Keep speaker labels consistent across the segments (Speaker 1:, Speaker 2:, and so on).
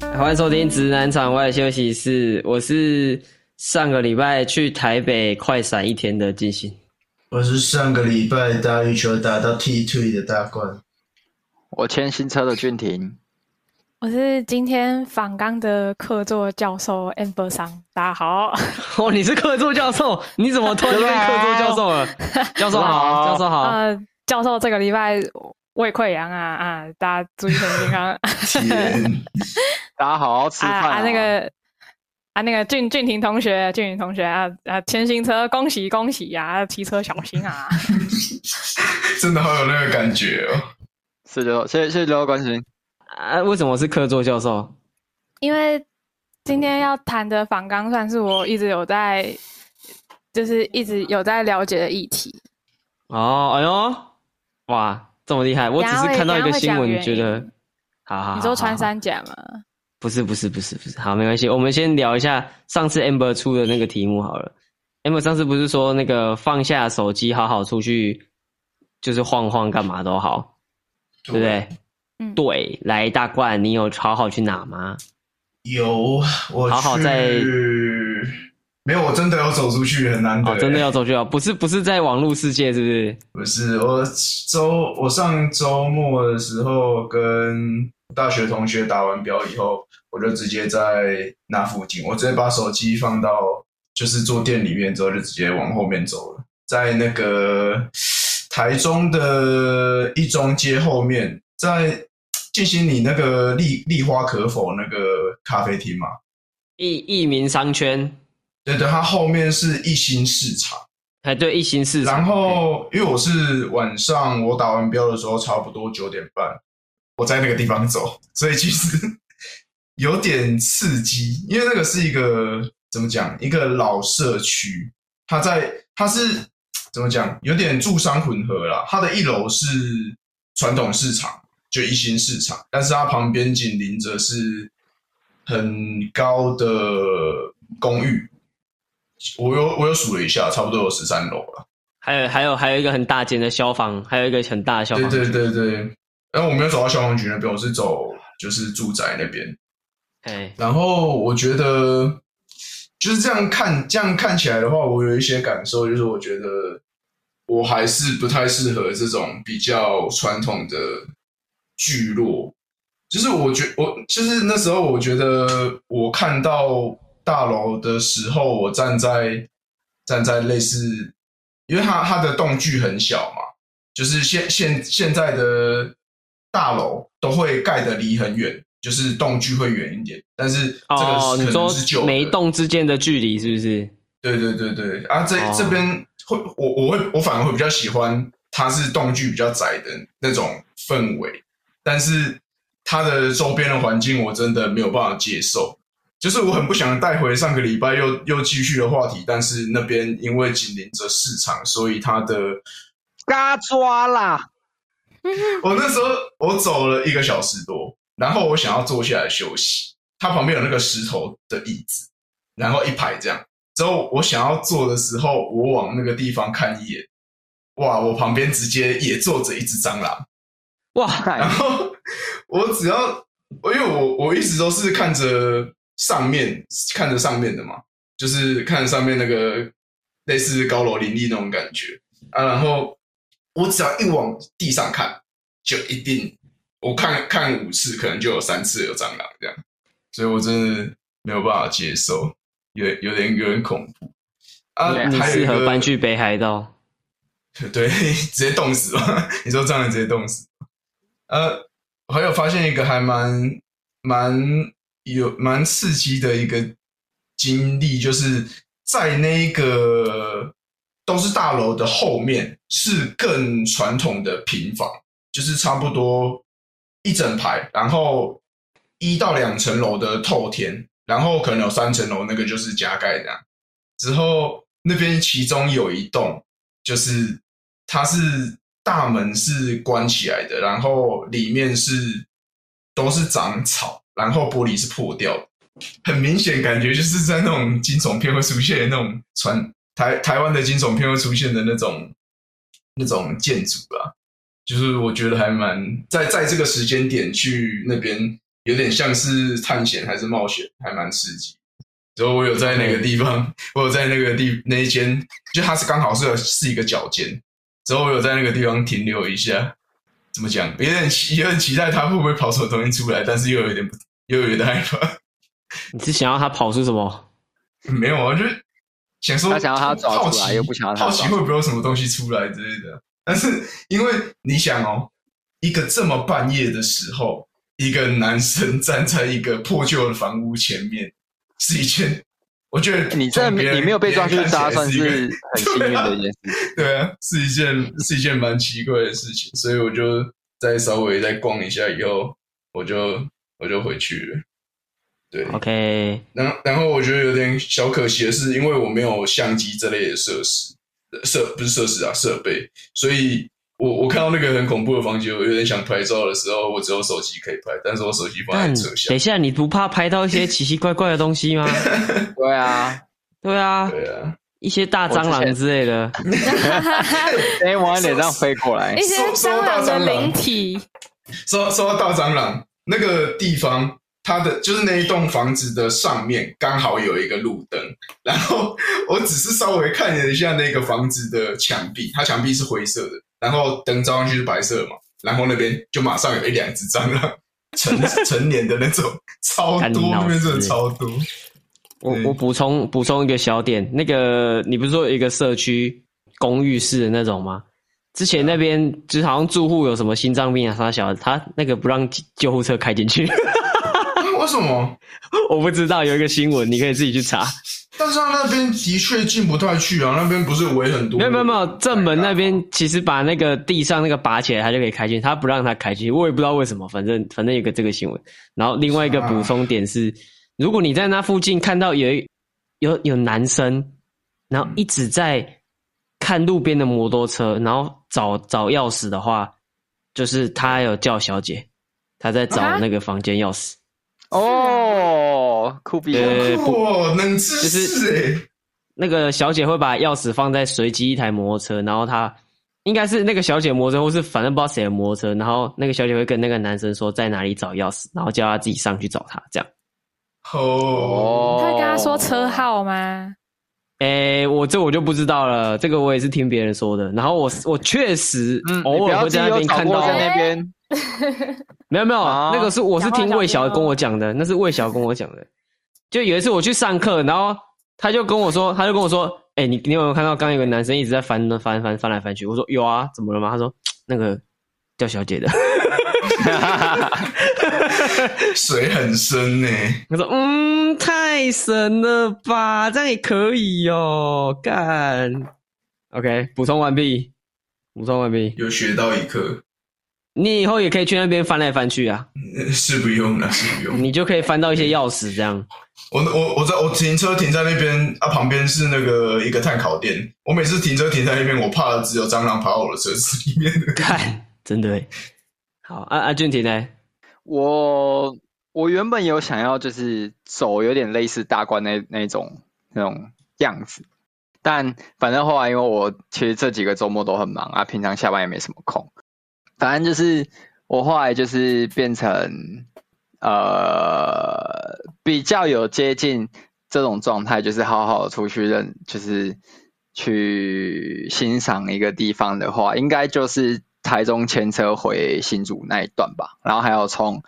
Speaker 1: 欢迎收听《直男场外休息室》，我是上个礼拜去台北快闪一天的进行。
Speaker 2: 我是上个礼拜打羽球打到踢退的大 冠，
Speaker 3: 我签新车的俊廷，
Speaker 4: 我是今天访刚的客座教授 Amber 桑，大家好。
Speaker 1: 哦，你是客座教授？你怎么突然就变客座教授 了？教授好，教授好。
Speaker 4: 呃，教授这个礼拜胃溃疡啊啊，大家注意身体健康 啊
Speaker 2: 天，
Speaker 3: 大家好好吃
Speaker 4: 啊
Speaker 3: 饭啊、
Speaker 4: 那
Speaker 1: 哦
Speaker 4: 个啊那个俊俊廷同学，俊廷同学啊啊，签新车恭喜恭喜呀、啊，骑车小心啊。
Speaker 2: 真的好有那个感觉哦。
Speaker 3: 是刘，谢谢谢刘关心。
Speaker 1: 啊，为什么是客座教授？
Speaker 4: 因为今天要谈的访纲算是我一直有在，就是一直有在了解的议题。
Speaker 1: 哦，哎呦，哇，这么厉害！我只是看到一个新
Speaker 4: 等一
Speaker 1: 闻，
Speaker 4: 下会
Speaker 1: 觉得，好啊好好，
Speaker 4: 你说穿
Speaker 1: 好
Speaker 4: 山甲吗？
Speaker 1: 不是不是不是不是，好，没关系，我们先聊一下上次 Amber 出的那个题目好了。Amber 上次不是说那个放下手机，好好出去，就是晃晃，干嘛都好，对不对？
Speaker 4: 嗯
Speaker 1: 对，来大冠，你有好好去哪吗？
Speaker 2: 有我去
Speaker 1: 好好在
Speaker 2: 没有，我真的有走出去，很难得、
Speaker 1: 哦，真的要走就好，不是不是在网络世界，是不是？
Speaker 2: 不是我周我上周末的时候跟大学同学打完表以后，我就直接在那附近，我直接把手机放到就是坐垫里面之后，就直接往后面走了，在那个台中的一中街后面，在进行你那个丽丽花可否那个咖啡厅嘛？
Speaker 1: 一一民商圈，
Speaker 2: 对对，它后面是一心市场。
Speaker 1: 哎，对，一行市场。
Speaker 2: 然后因为我是晚上我打完标的时候差不多九点半，我在那个地方走，所以其实有点刺激，因为那个是一个怎么讲，一个老社区，它在它是怎么讲，有点住商混合啦。它的一楼是传统市场，就一心市场，但是它旁边紧邻着是很高的公寓。我有我有数了一下，差不多有十三楼了。
Speaker 1: 还有还有还有一个很大间的消防，还有一个很大的消防。
Speaker 2: 对对对对，然后我没有走到消防局那边，我是走就是住宅那边。
Speaker 1: 哎，
Speaker 2: 然后我觉得就是这样看，这样看起来的话，我有一些感受，就是我觉得我还是不太适合这种比较传统的聚落。就是我觉我就是那时候，我觉得我看到大楼的时候，我站在站在类似，因为它它的动距很小嘛，就是现现现在的大楼都会盖得离很远，就是动距会远一点，但是这个
Speaker 1: 哦，
Speaker 2: 可
Speaker 1: 你
Speaker 2: 能是
Speaker 1: 说
Speaker 2: 旧
Speaker 1: 每一
Speaker 2: 的。
Speaker 1: 栋之间的距离是不是？
Speaker 2: 对对对对，啊，这、
Speaker 1: 哦
Speaker 2: 这边会我我会我反而会比较喜欢它是动距比较窄的那种氛围，但是它的周边的环境我真的没有办法接受，就是我很不想带回上个礼拜又又继续的话题，但是那边因为紧邻着市场，所以它的
Speaker 3: 嘎抓啦！
Speaker 2: 我那时候我走了一个小时多，然后我想要坐下来休息，它旁边有那个石头的椅子，然后一排这样。之后我想要坐的时候，我往那个地方看一眼，哇，我旁边直接也坐着一只蟑螂。
Speaker 1: 哇，
Speaker 2: 然
Speaker 3: 干
Speaker 2: 后我只要，我因为我我一直都是看着上面看着上面的嘛，就是看着上面那个类似高楼林立那种感觉啊。然后我只要一往地上看，就一定我看看五次，可能就有三次有蟑螂这样，所以我真的没有办法接受，有有点有点恐怖啊。
Speaker 1: 你
Speaker 2: 还有一
Speaker 1: 适合
Speaker 2: 个
Speaker 1: 搬去北海道。
Speaker 2: 对，直接冻死吧！你说蟑螂直接冻死。呃，我还有发现一个还蛮蛮有蛮刺激的一个经历，就是在那个都是大楼的后面是更传统的平房，就是差不多一整排，然后一到两层楼的透天，然后可能有三层楼那个就是加盖这样。之后那边其中有一栋，就是它是大门是关起来的，然后里面是都是长草，然后玻璃是破掉的，很明显感觉就是在那种惊悚片会出现的那种传台台湾的惊悚片会出现的那种那种建筑啊，就是我觉得还蛮在在这个时间点去那边有点像是探险还是冒险，还蛮刺激。然后我有在那个地方， 我有在那个地那一间，就它是刚好是有是一个脚尖，之后我有在那个地方停留一下。怎么讲？有点期有点期待它会不会跑什么东西出来，但是又有点不又有点害怕。
Speaker 1: 你是想要他跑出什么？
Speaker 2: 没有啊，就是想说
Speaker 3: 他想要它抓出来
Speaker 2: 好奇
Speaker 3: 又不想要它
Speaker 2: 好
Speaker 3: 抓
Speaker 2: 奇
Speaker 3: 出
Speaker 2: 会
Speaker 3: 来
Speaker 2: 不会有什么东西出来之类的。但是因为你想哦，一个这么半夜的时候，一个男生站在一个破旧的房屋前面，是一件我觉得
Speaker 3: 哎你这
Speaker 2: 从别人
Speaker 3: 你没有被抓去
Speaker 2: 别人
Speaker 3: 杀，
Speaker 2: 看起来是一
Speaker 3: 算
Speaker 2: 个
Speaker 3: 是很幸运的一件事。
Speaker 2: 对啊，是一件是一件蛮奇怪的事情，所以我就再稍微再逛一下以后，我就我就回去了。对
Speaker 1: OK，
Speaker 2: 然然后我觉得有点小可惜的是，因为我没有相机这类的设施，呃设不是设施啊设备，所以我我看到那个很恐怖的房间，我有点想拍照的时候，我只有手机可以拍，但是我手机放在
Speaker 1: 但
Speaker 2: 车
Speaker 1: 等
Speaker 2: 厢
Speaker 1: 一。下，你不怕拍到一些奇奇怪怪的东 西吗？
Speaker 3: 对啊，
Speaker 1: 对啊，
Speaker 2: 对啊，
Speaker 1: 一些大蟑螂之类的。
Speaker 3: 哎，往你脸上飞过来
Speaker 1: 哎
Speaker 4: 一，些
Speaker 2: 收收到
Speaker 4: 蟑螂的
Speaker 2: 蟑螂
Speaker 4: 灵体，
Speaker 2: 说说到大蟑螂那个地方，它的就是那一栋房子的上面刚好有一个路灯，然后我只是稍微看了一下那个房子的墙壁，它墙壁是灰色的，然后灯照上去是白色的嘛，然后那边就马上有一两只蟑螂， 成成年的那种，超
Speaker 1: 干你
Speaker 2: 多，
Speaker 1: 老
Speaker 2: 那边真的
Speaker 1: 师
Speaker 2: 超多。
Speaker 1: 我
Speaker 2: 对
Speaker 1: 我补充补充一个小点，那个你不是说有一个社区公寓式的那种吗？之前那边就是好像住户有什么心脏病啊啥小的，他那个不让救护车开进去，
Speaker 2: 啊为什么？
Speaker 1: 我不知道有一个新闻，你可以自己去查。
Speaker 2: 但是它那边的确进不太去啊，那边不是围很多？哎
Speaker 1: 没有没有没有，正门那边其实把那个地上那个拔起来，他就可以开进去，他不让他开进去，我也不知道为什么，反正反正有个这个新闻。然后另外一个补充点是，如果你在那附近看到有一有有男生，然后一直在看路边的摩托车，然后找找钥匙的话，就是他有叫小姐，他在找
Speaker 4: 啊
Speaker 1: 那个房间钥匙。
Speaker 3: 哦，酷毙了！
Speaker 1: 呃，不，
Speaker 2: 哇，哦冷知
Speaker 1: 就是
Speaker 2: 识哎、
Speaker 1: 那个小姐会把钥匙放在随机一台摩托车，然后她应该是那个小姐摩托车，或是反正不知道谁的摩托车，然后那个小姐会跟那个男生说在哪里找钥匙，然后叫他自己上去找他，这样。
Speaker 2: 哦，
Speaker 4: 他会跟他说车，号吗？
Speaker 1: 诶，我这我就不知道了，这个我也是听别人说的。然后我我确实
Speaker 3: 嗯，
Speaker 1: 偶尔会在那边看
Speaker 3: 你不
Speaker 1: 到
Speaker 3: 要自己有找过，在
Speaker 4: 欸
Speaker 3: 那边，
Speaker 1: 没有没有，
Speaker 3: 啊
Speaker 1: 那个是我是听魏晓跟我讲的，那是魏晓跟我讲的。就有一次我去上课，然后他就跟我说，他就跟我说，哎、你你有没有看到刚刚有个男生一直在翻翻翻翻来翻去？我说有啊，怎么了吗？他说那个叫小姐的。
Speaker 4: 哎
Speaker 2: 水很深呢、
Speaker 1: 我说嗯，太神了吧，这样也可以哦，干。OK，补充完毕，补充完毕。
Speaker 2: 有学到一课，
Speaker 1: 你以后也可以去那边翻来翻去啊，
Speaker 2: 呃是不用了，是不用。
Speaker 1: 你就可以翻到一些钥匙这样。
Speaker 2: 我我我在我停车停在那边啊，旁边是那个一个碳烤店。我每次停车停在那边，我怕的只有蟑螂爬我的车子里面。
Speaker 1: 干，真的欸。好，阿、阿俊廷呢？
Speaker 3: 我我原本有想要就是走有点类似大关那那种那种样子，但反正后来因为我其实这几个周末都很忙啊，平常下班也没什么空，反正就是我后来就是变成呃比较有接近这种状态，就是好好地出去认，就是去欣赏一个地方的话，应该就是台中牵车回新竹那一段吧，然后还有从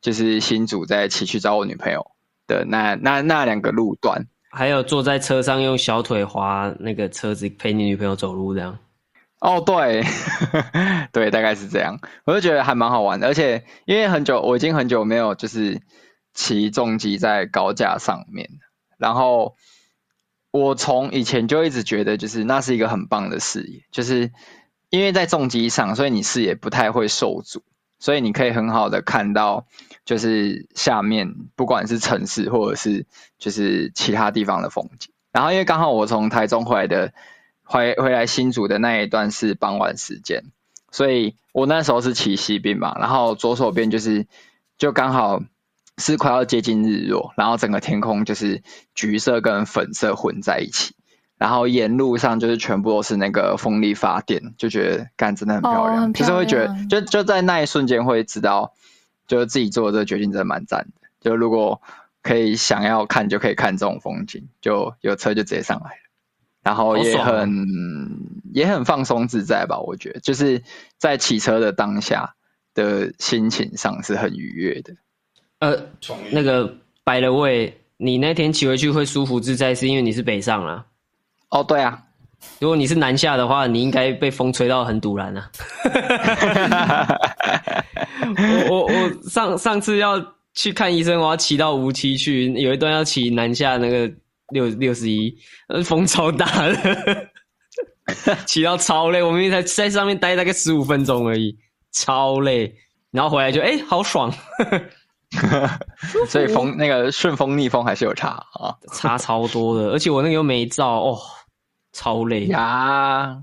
Speaker 3: 就是新竹再骑去找我女朋友的那那那两个路段。
Speaker 1: 还有坐在车上用小腿滑那个车子陪你女朋友走路这样。
Speaker 3: 哦，对， 对，大概是这样。我就觉得还蛮好玩的，而且因为很久，我已经很久没有就是骑重机在高架上面，然后我从以前就一直觉得，就是那是一个很棒的视野，就是因为在重机上，所以你视野不太会受阻，所以你可以很好的看到，就是下面不管是城市或者是就是其他地方的风景。然后因为刚好我从台中回来的，回回来新竹的那一段是傍晚时间，所以我那时候是骑西边嘛，然后左手边就是就刚好是快要接近日落，然后整个天空就是橘色跟粉色混在一起，然后沿路上就是全部都是那个风力发电，就觉得干真的很漂
Speaker 4: 哦
Speaker 3: 亮，
Speaker 4: 很
Speaker 3: 就是会觉得
Speaker 4: 漂亮
Speaker 3: 就就在那一瞬间会知道，就是自己做的这个决定真的蛮赞的。就如果可以想要看就可以看这种风景，就有车就直接上来了，然后也
Speaker 1: 好爽啊
Speaker 3: 很、也很放松自在吧。我觉得就是在骑车的当下的心情上是很愉悦的。
Speaker 1: 呃，
Speaker 2: 同意
Speaker 1: 那个白了位，你那天骑回去会舒服自在，是因为你是北上啊啦。
Speaker 3: 哦，对啊，
Speaker 1: 如果你是南下的话，你应该被风吹到很堵然啊。我我我上上次要去看医生，我要骑到无期去，有一段要骑南下那个六六十一，呃风超大的， 骑到超累。我明明才在上面待大概十五分钟而已，超累。然后回来就哎、好爽，
Speaker 3: 所以风那个顺风逆风还是有差啊
Speaker 1: 差超多的。而且我那个又没照哦，超累呀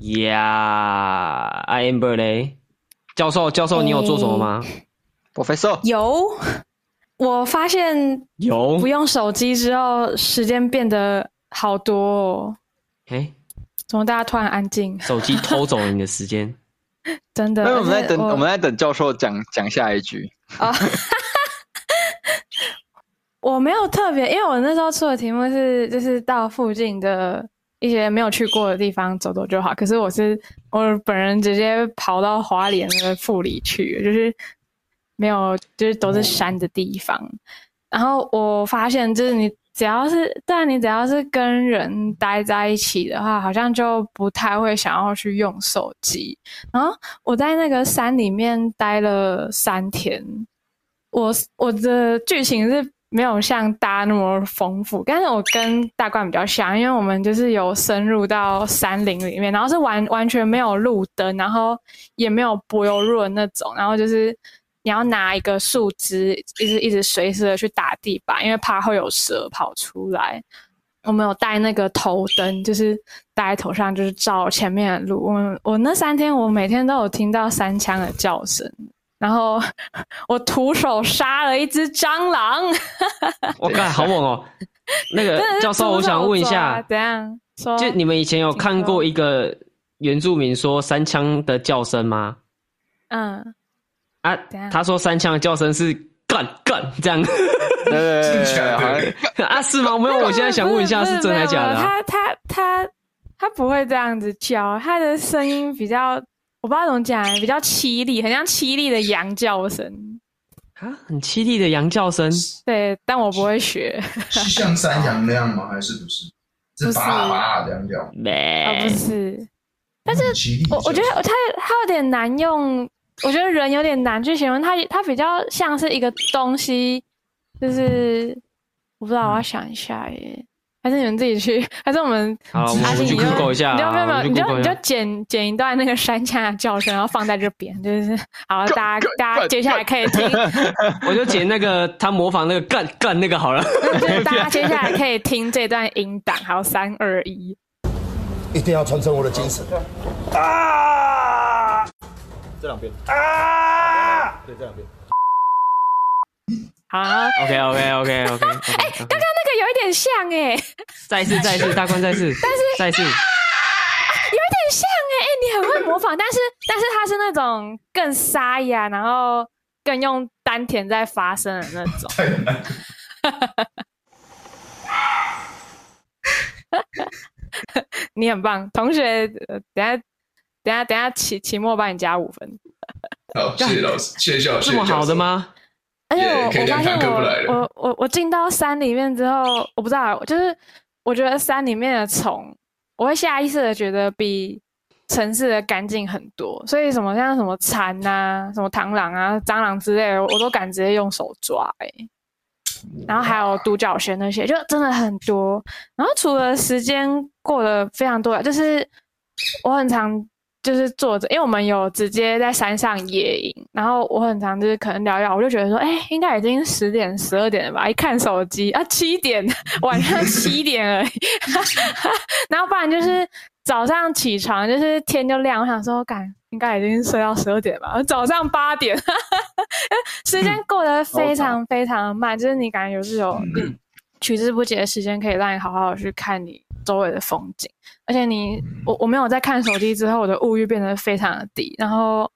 Speaker 3: 呀。
Speaker 1: 呀！I amber 嘞，教授教授，你有做什么吗？
Speaker 4: 哎
Speaker 3: Professor，
Speaker 4: 有，我发现
Speaker 3: 哦
Speaker 1: 有
Speaker 4: 不用手机之后，时间变得好多、哦。
Speaker 1: 哎、
Speaker 4: 怎么大家突然安静？
Speaker 1: 手机偷走了你的时 间，
Speaker 4: 真的？
Speaker 3: 那我们在等，
Speaker 4: 而且
Speaker 3: 我们在等教授讲讲下一句。
Speaker 4: 我没有特别，因为我那时候出的题目是就是到附近的一些没有去过的地方走走就好。可是我是我本人直接跑到花莲的富里去，就是没有就是都是山的地方。然后我发现就是你只要是，但你只要是跟人待在一起的话，好像就不太会想要去用手机。然后我在那个山里面待了三天，我我的剧情是没有像大家那么丰富，但是我跟大冠比较像，因为我们就是有深入到山林里面，然后是完完全没有路灯，然后也没有柏油路的那种，然后就是你要拿一个树枝，一直一直随时的去打地板，因为怕会有蛇跑出来。我们有带那个头灯，就是戴在头上，就是照前面的路。我们我那三天，我每天都有听到三枪的叫声，然后我徒手杀了一只 蟑螂。
Speaker 1: 我靠，好猛哦！那 个教授，我想问一下，
Speaker 4: 啊怎样说？
Speaker 1: 就你们以前有看过一个原住民说三枪的叫声吗？
Speaker 4: 嗯，
Speaker 1: 啊
Speaker 4: 等一下，
Speaker 1: 他说三枪的叫声是干干这样
Speaker 3: 对对对对
Speaker 2: 听起
Speaker 3: 对，
Speaker 2: 来
Speaker 3: 好像
Speaker 2: 对
Speaker 1: 啊？是吗？没有，我现在想问一下
Speaker 4: 不
Speaker 1: 是真
Speaker 4: 没
Speaker 1: 还
Speaker 4: 有
Speaker 1: 假的、
Speaker 4: 没有
Speaker 1: 啊？
Speaker 4: 他他他他不会这样子叫，他的声音比较我不知道怎么讲，比较凄厉，很像凄厉的羊叫声。
Speaker 1: 啊，很凄厉的羊叫声，
Speaker 4: 对，但我不会学。
Speaker 2: 是像山羊那样吗？还是不是？
Speaker 4: 不
Speaker 2: 是
Speaker 4: 是
Speaker 2: 拔啊拔啊这样叫。
Speaker 4: 啊，
Speaker 1: 没
Speaker 4: 不
Speaker 1: 哎
Speaker 4: 是，
Speaker 2: 但是
Speaker 4: 我我觉得它它有点难用，我觉得人有点难去形容它，它比较像是一个东西，就是我不
Speaker 1: 嗯
Speaker 4: 知道，我要想一下耶，还是你们自己去，还是我们
Speaker 1: 好了，我
Speaker 4: 还
Speaker 1: 们
Speaker 4: 是
Speaker 1: 去
Speaker 4: 你就
Speaker 1: Google 一下
Speaker 4: 你就没有没
Speaker 1: 啊，
Speaker 4: 有，
Speaker 1: 我们
Speaker 4: 你
Speaker 1: 去
Speaker 4: 就
Speaker 1: Google 一
Speaker 4: 你就
Speaker 1: 下。
Speaker 4: 剪剪一段那个山下的叫声，然后放在这边，就是好，大家大家接下来可以 听，
Speaker 1: 我就剪那个他模仿那个干干那个好了。
Speaker 4: 就是大家接下来可以听这段音档，好，三二一。
Speaker 5: 一定要传承我的精神。
Speaker 4: 好，那
Speaker 1: OK OK OK OK，哎，刚刚
Speaker 4: 个有一点像哎、
Speaker 1: 再一次再一次大关再一次，但是再一次
Speaker 4: 有一点像哎、欸，你很会模仿，但是但是它是那种更沙哑，然后更用丹田在发声的那种。
Speaker 2: 太难。
Speaker 4: 你很棒，同学，呃、等下等下等下期期末帮你加五分。
Speaker 2: 好，谢谢老师，谢谢教授。
Speaker 1: 这么好的吗？
Speaker 4: 而且哎
Speaker 2: Yeah，
Speaker 4: 我
Speaker 2: 可以
Speaker 4: 我发
Speaker 2: 两堂
Speaker 4: 现
Speaker 2: 课不来
Speaker 4: 我
Speaker 2: 了
Speaker 4: 我我我进到山里面之后，我不知道，就是我觉得山里面的虫，我会下意识的觉得比城市的干净很多，所以什么像什么蝉啊、什么螳螂啊、蟑螂之类的，我都敢直接用手抓、欸，然后还有独角仙那些，就真的很多。然后除了时间过得非常多，啊就是我很常就是坐着，因为我们有直接在山上野营，然后我很常就是可能聊一聊，我就觉得说，哎、应该已经十点、十二点了吧？一看手机啊，七点，晚上七点而已。 然后不然就是早上起床，就是天就亮，我想说，感应该已经睡到十二点吧，早上八点， 时间过得非常非常慢，就是你感觉有是有
Speaker 2: 嗯
Speaker 4: 取之不竭的时间，可以让你好好地去看你周围的风景。而且你，我我没有在看手机之后，我的物欲变得非常的低，然后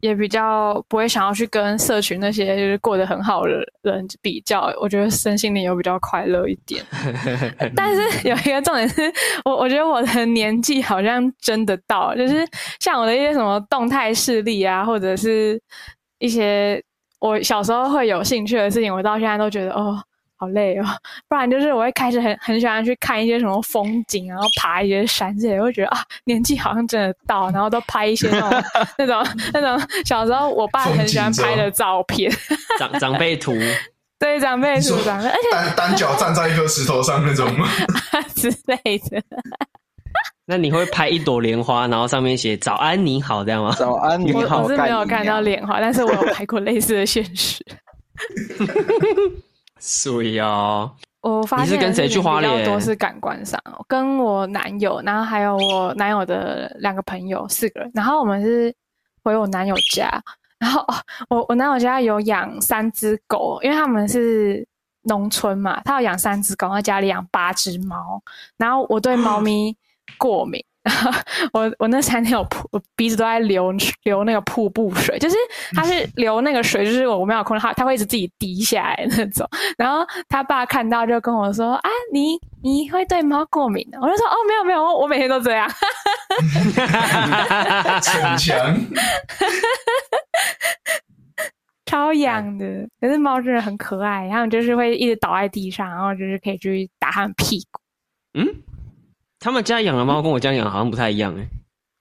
Speaker 4: 也比较不会想要去跟社群那些就是过得很好的人比较，我觉得身心灵有比较快乐一点。但是有一个重点是我，我觉得我的年纪好像真的到了，就是像我的一些什么动态视力啊，或者是一些我小时候会有兴趣的事情，我到现在都觉得哦。好累哦，不然就是我会开始很很喜欢去看一些什么风景，然后爬一些山之类的，会觉得啊，年纪好像真的到，然后都拍一些 那种那种那种小时候我爸很喜欢拍的照片，
Speaker 1: 长长辈图，
Speaker 4: 对长辈
Speaker 2: 你
Speaker 4: 是
Speaker 2: 说
Speaker 4: 长辈，而哎且
Speaker 2: 单单脚站在一颗石头上那种吗？
Speaker 4: 之类的。
Speaker 1: 那你会拍一朵莲花，然后上面写“早安，你好”这样吗？
Speaker 3: 早安，你
Speaker 4: 我
Speaker 3: 好，
Speaker 4: 我是没有
Speaker 3: 干你啊
Speaker 4: 看
Speaker 3: 娘
Speaker 4: 到莲花，但是我有拍过类似的现实。
Speaker 1: 水哦，
Speaker 4: 我发
Speaker 1: 你是
Speaker 4: 现
Speaker 1: 跟
Speaker 4: 的
Speaker 1: 谁
Speaker 4: 事
Speaker 1: 去
Speaker 4: 情
Speaker 1: 花
Speaker 4: 比较
Speaker 1: 莲
Speaker 4: 多是感官上，跟我男友，然后还有我男友的两个朋友，四个人。然后我们是回我男友家，然后哦我我男友家有养三只狗，因为他们是农村嘛，他有养三只狗，他家里养八只猫。然后我对猫咪过敏，然后我我那三天我瀑我鼻子都在流流那个瀑布水，就是它是流那个水，就是我没有空，它它会一直自己滴下来那种。然后他爸看到就跟我说：“啊，你你会对猫过敏的？”我就说：“哦，没有没有，我我每天都这样。
Speaker 2: 逞强，”
Speaker 4: 超痒的，可是猫真的很可爱，然后就是会一直倒在地上，然后就是可以去打它们屁股。
Speaker 1: 嗯，他们家养的猫跟我家养的好像不太一样哎。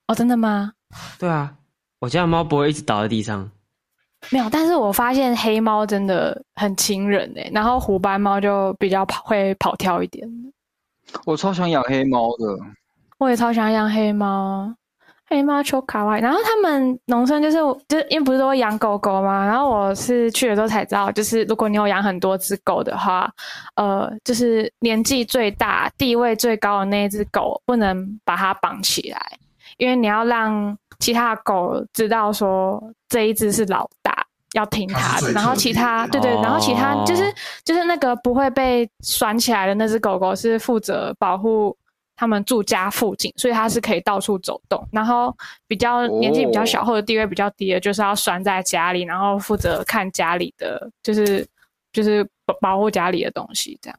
Speaker 4: 哦，真的吗？
Speaker 1: 对啊，我家的猫不会一直倒在地上。
Speaker 4: 没有，但是我发现黑猫真的很亲人诶、然后虎斑猫就比较跑会跑跳一点。
Speaker 3: 我超想养黑猫的，
Speaker 4: 我也超想养黑猫，黑猫超可爱。然后他们农村就是就是因为不是都会养狗狗吗？然后我是去了之后才知道，就是如果你有养很多只狗的话，呃，就是年纪最大、地位最高的那一只狗不能把它绑起来，因为你要让其他的狗知道说这一只是老大，要听
Speaker 2: 它
Speaker 4: 它
Speaker 2: 是最
Speaker 4: 的。然后
Speaker 2: 特别
Speaker 4: 其他
Speaker 2: 的
Speaker 4: 对对，然后其他就是
Speaker 1: 哦
Speaker 4: 就是那个不会被拴起来的那只狗狗是负责保护他们住家附近，所以它是可以到处走动。然后比较年纪比较小
Speaker 3: 哦
Speaker 4: 或者地位比较低的，就是要拴在家里，然后负责看家里的，就是就是保保护家里的东西这样。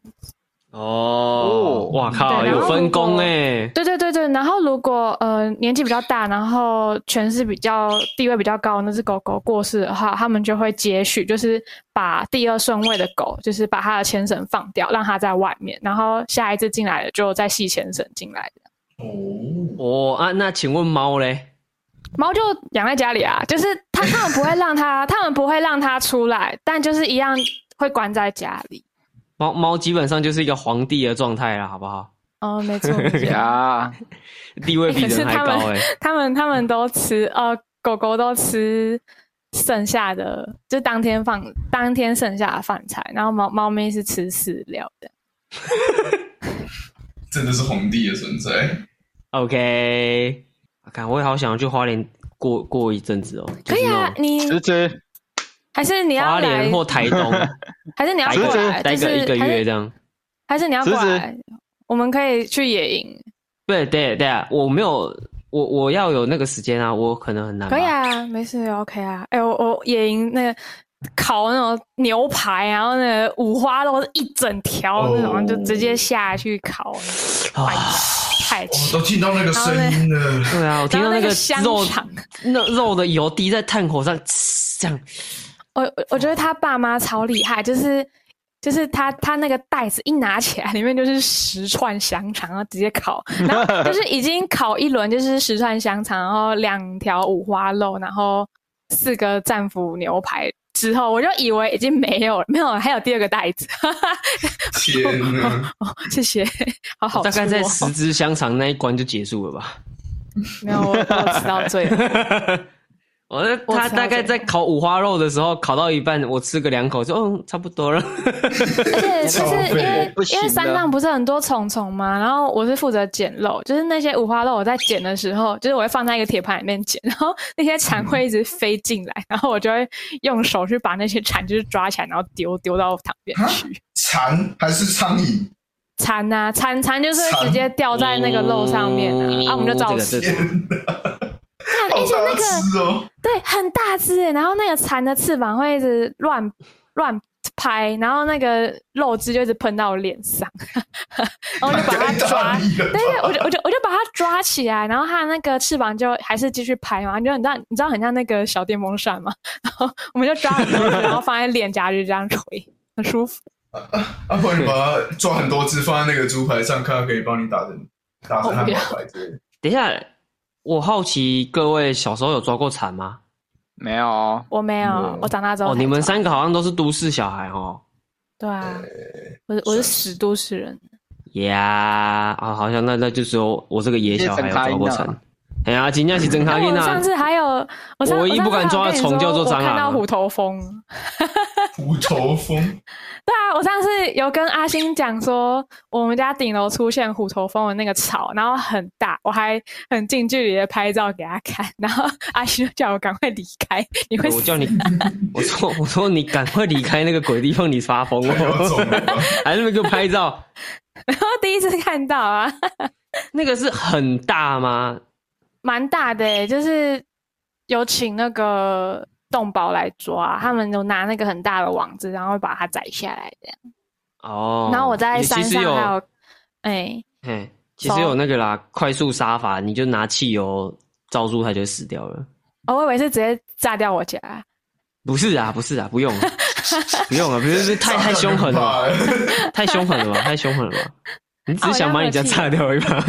Speaker 1: 哦
Speaker 3: 哦，
Speaker 1: 哇靠，
Speaker 4: 对然后
Speaker 1: 有分工哎、
Speaker 4: 对对对对，然后如果呃年纪比较大，然后权势比较地位比较高的那只狗狗过世的话，他们就会接续，就是把第二顺位的狗，就是把它的牵绳放掉，让它在外面，然后下一只进来的就再系牵绳进来。
Speaker 2: 哦，
Speaker 1: 哦啊，那请问猫嘞？
Speaker 4: 猫就养在家里啊， 就是它他们不会让它， 他们不会让它出来，但就是一样会关在家里。
Speaker 1: 猫猫基本上就是一个皇帝的状态啦，好不好？
Speaker 4: 哦，没错， 没错
Speaker 3: 呀，
Speaker 1: 地位比人还高
Speaker 4: 可
Speaker 1: 哎、
Speaker 4: 他们他们都吃，呃，狗狗都吃剩下的，就当天放当天剩下的饭菜，然后猫猫咪是吃饲料的。
Speaker 2: 真的是皇帝的存在。
Speaker 1: OK，啊看我也好想要去花莲过过一阵子哦、
Speaker 4: 可以啊，
Speaker 1: 就是
Speaker 4: 你
Speaker 3: 直接
Speaker 4: 还是你
Speaker 1: 那种
Speaker 4: 要
Speaker 1: 花
Speaker 4: 来
Speaker 1: 莲，或台东，
Speaker 4: 还是你要
Speaker 1: 待
Speaker 4: 过
Speaker 1: 个
Speaker 4: 来，
Speaker 1: 待
Speaker 4: 就
Speaker 1: 个
Speaker 4: 是
Speaker 1: 一个
Speaker 4: 还是
Speaker 1: 月这样。
Speaker 4: 还是你要过
Speaker 3: 辞职
Speaker 4: 来，我们可以去野营，
Speaker 1: 对对对啊，我没有，我我要有那个时间啊，我可能很难。
Speaker 4: 可以，啊，没事，OK 啊。哎、我我野营那个烤那种牛排，然后那个五花肉一整条那种
Speaker 2: 哦
Speaker 4: 就直接下去烤，
Speaker 1: 啊
Speaker 4: 白痴太
Speaker 2: 哦，
Speaker 4: 气。
Speaker 2: 都听到那个声音了，
Speaker 1: 对啊，我听
Speaker 4: 然
Speaker 1: 到
Speaker 4: 后那
Speaker 1: 个
Speaker 4: 个香
Speaker 1: 肉
Speaker 4: 肠，
Speaker 1: 那肉的油滴在炭火上，呲这样
Speaker 4: 我我我觉得他爸妈超厉害，就是就是他他那个袋子一拿起来，里面就是十串香肠，然后直接 烤，然后就是已经烤一轮，就是十串香肠，然后两条五花肉，然后四个战斧牛排。之后我就以为已经没有了，没有了还有第二个袋子， 哈哈
Speaker 2: 天哪！
Speaker 4: 哦，谢谢，好好
Speaker 1: 大概
Speaker 4: 吃
Speaker 1: 在
Speaker 4: 哦
Speaker 1: 十只香肠那一关就结束了吧。
Speaker 4: 没有我我有吃到醉了，
Speaker 1: 我那
Speaker 4: 我
Speaker 1: 他
Speaker 4: 吃到
Speaker 1: 大概
Speaker 4: 这
Speaker 1: 在
Speaker 4: 个
Speaker 1: 烤五花肉的时候，烤到一半，我吃个两口就嗯差不多了。
Speaker 4: 而 且就是因
Speaker 2: 我
Speaker 4: 为
Speaker 3: 不行
Speaker 4: 因为
Speaker 3: 了
Speaker 4: 山上不是很多虫虫嘛，然后我是负责捡肉，就是那些五花肉我在捡的时候，就是我会放在一个铁盘里面捡，然后那些蝉会一直飞进来， 然后我就会用手去把那些蝉就是抓起来，然后丢丢到旁边去。
Speaker 2: 蝉还是苍蝇？
Speaker 4: 蝉啊，蝉蝉就是会直接掉在那个肉上面啊，
Speaker 1: 哦
Speaker 4: 啊我们就照
Speaker 1: 这个
Speaker 4: 吃。
Speaker 1: 这个
Speaker 4: 看哎、
Speaker 2: 好
Speaker 4: 且那
Speaker 2: 大
Speaker 4: 个
Speaker 2: 只哦，
Speaker 4: 对，很大只耶，然后那个蝉的翅膀会一直乱乱拍，然后那个肉汁就一直喷到我脸上， 然后我就哦把它
Speaker 2: 太
Speaker 4: 抓
Speaker 2: 大，啊力了
Speaker 4: 对对，我
Speaker 2: 吧。
Speaker 4: 就我就我就把它抓起来，然后它那个翅膀就还是继续拍嘛，就很像你知道很像那个小电风扇嘛，然后我们就抓很多只，然后放在脸颊就这样吹，很舒服。
Speaker 2: 啊，不然你把它抓很多只放在那个猪排上，看看可以帮你打成打成汉堡排之类的。
Speaker 1: 等一下，我好奇各位小时候有抓过蝉吗？
Speaker 3: 没有哦，
Speaker 4: 我没有
Speaker 2: 嗯，
Speaker 4: 我长大之后
Speaker 1: 哦，
Speaker 4: 才
Speaker 1: 你们
Speaker 4: 抓
Speaker 1: 三个好像都是都市小孩哦。
Speaker 4: 对啊，我是我是死都市人，
Speaker 1: 呀，啊，好像那那就只有我这个野小孩有抓过
Speaker 3: 你是真卡因啊
Speaker 1: 蝉。哎呀，金佳琪真卡
Speaker 4: 但
Speaker 1: 因
Speaker 4: 我
Speaker 1: 啊
Speaker 4: 上！次还有，我上
Speaker 1: 我唯一
Speaker 4: 上次
Speaker 1: 不敢
Speaker 4: 还有
Speaker 1: 抓的
Speaker 4: 跟你
Speaker 1: 虫
Speaker 4: 说
Speaker 1: 叫做
Speaker 4: 我
Speaker 1: 蟑
Speaker 4: 看到
Speaker 1: 螂啊
Speaker 4: 虎头蜂。
Speaker 2: 虎头蜂，
Speaker 4: 对啊，我上次有跟阿星讲说，我们家顶楼出现虎头蜂的那个草，然后很大，我还很近距离的拍照给他看，然后阿星就叫我赶快离开， 你会
Speaker 1: 我
Speaker 4: 死。
Speaker 1: 叫你，我说我说你赶快离开那个鬼地方，你发疯
Speaker 3: 哎
Speaker 2: 太有种了
Speaker 1: 哦！
Speaker 2: 吧！
Speaker 1: 还那边给我拍照，
Speaker 4: 然后第一次看到啊，
Speaker 1: 那个是很大吗？
Speaker 4: 蛮大的、欸，就是有请那个动保来抓，他们有拿那个很大的网子，然后把它宰下来这样。
Speaker 1: 哦，
Speaker 4: 然后我在
Speaker 1: 你
Speaker 4: 山
Speaker 1: 其实
Speaker 4: 上
Speaker 1: 有
Speaker 4: 还有，哎、
Speaker 1: 嘿，其实有那个啦，快速杀法，你就拿汽油罩住它就死掉了。
Speaker 4: 哦我以为是直接炸掉我家，
Speaker 1: 不是啊，不是啊，不用， 不用啊，不是，不是太太凶狠了，
Speaker 2: 了，
Speaker 1: 太凶狠了吧，太凶狠了吧。你只是想把你家
Speaker 4: 哦
Speaker 1: 炸掉一把，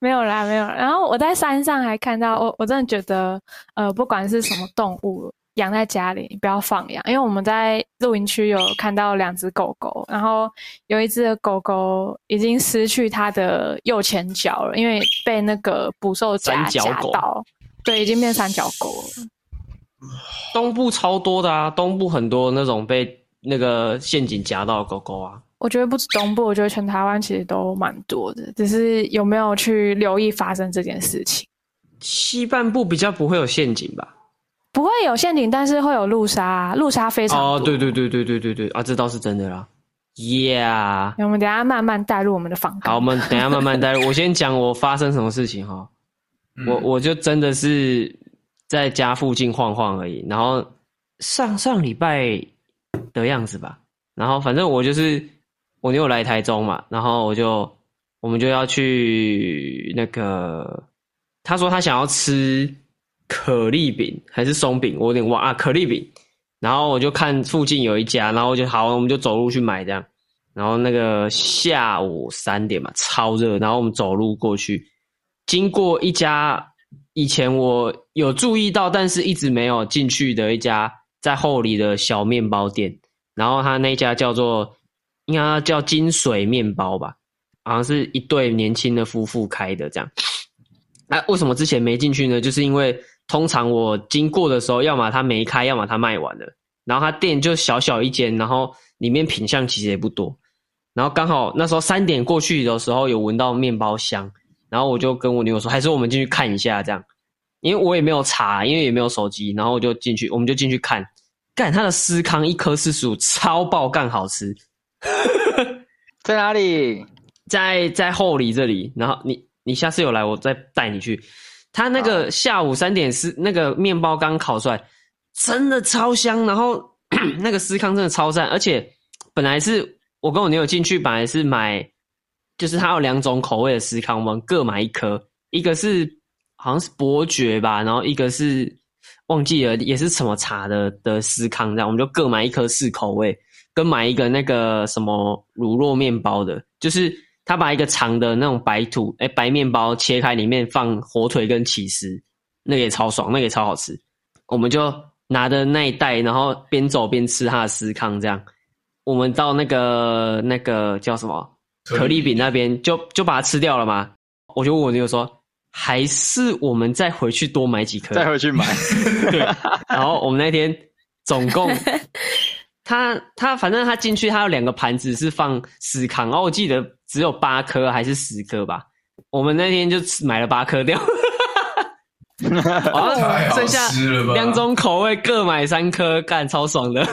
Speaker 4: 没有啦，没有啦。然后我在山上还看到，我我真的觉得，呃，不管是什么动物，养在家里不要放养，因为我们在露营区有看到两只狗狗，然后有一只的狗狗已经失去它的右前脚了，因为被那个捕兽夹
Speaker 1: 三角
Speaker 4: 夹
Speaker 1: 狗
Speaker 4: 到，对，已经变三角狗了。
Speaker 1: 东部超多的啊，东部很多那种被那个陷阱夹到的狗狗啊。
Speaker 4: 我觉得不止东部，我觉得全台湾其实都蛮多的，只是有没有去留意发生这件事情。
Speaker 1: 西半部比较不会有陷阱吧？
Speaker 4: 不会有陷阱，但是会有路杀，路杀非常多。
Speaker 1: 哦，对对对对对对对啊，这倒是真的啦。Yeah，
Speaker 4: 我们等一下慢慢带入我们的访
Speaker 1: 好，我
Speaker 4: 纲。
Speaker 1: 们等一下慢慢待。我先讲我发生什么事情哈。我
Speaker 2: 嗯
Speaker 1: 我就真的是在家附近晃晃而已。然后上上礼拜的样子吧。然后反正我就是我又来台中嘛，然后我就我们就要去那个，他说他想要吃可丽饼还是松饼，我有点忘啊，可丽饼。然后我就看附近有一家，然后我就好，我们就走路去买这样。然后那个下午三点嘛，超热，然后我们走路过去，经过一家以前我有注意到，但是一直没有进去的一家在后里的小面包店，然后他那家叫做应该叫金水面包吧，好像是一对年轻的夫妇开的这样。那、为什么之前没进去呢？就是因为通常我经过的时候，要么他没开，要么他卖完了。然后他店就小小一间，然后里面品相其实也不多。然后刚好那时候三点过去的时候，有闻到面包香，然后我就跟我女友说，还是我们进去看一下这样，因为我也没有查，因为也没有手机，然后我就进去，我们就进去看，干它的司康一颗四十五，超爆干好吃，
Speaker 3: 在哪里？
Speaker 1: 在在后里这里，然后你你下次有来，我再带你去。他那个下午三点是那个面包刚烤出来，真的超香，然后 那个司康真的超赞，而且本来是我跟我女友进去，本来是买，就是它有两种口味的司康，我们各买一颗，一个是好像是伯爵吧，然后一个是忘记了也是什么茶的的司康，这样我们就各买一颗试口味，跟买一个那个什么乳酪面包的，就是他把一个长的那种白土哎、白面包切开，里面放火腿跟起司，那个也超爽，那个也超好吃。我们就拿着那一袋，然后边走边吃他的司康，这样。我们到那个那个叫什么可丽饼那边，就就把它吃掉了嘛。我就问我女友说，还是我们再回去多买几颗，
Speaker 3: 再回去 买。
Speaker 1: 然后我们那天总 共他他反正他进去，他有两个盘子是放司康，然后我记得只有八颗还是十颗吧。我们那天就吃买了八颗 掉，好
Speaker 2: 太好
Speaker 1: 哦剩下
Speaker 2: 吃了吧？
Speaker 1: 两种口味各买三颗，干超爽的。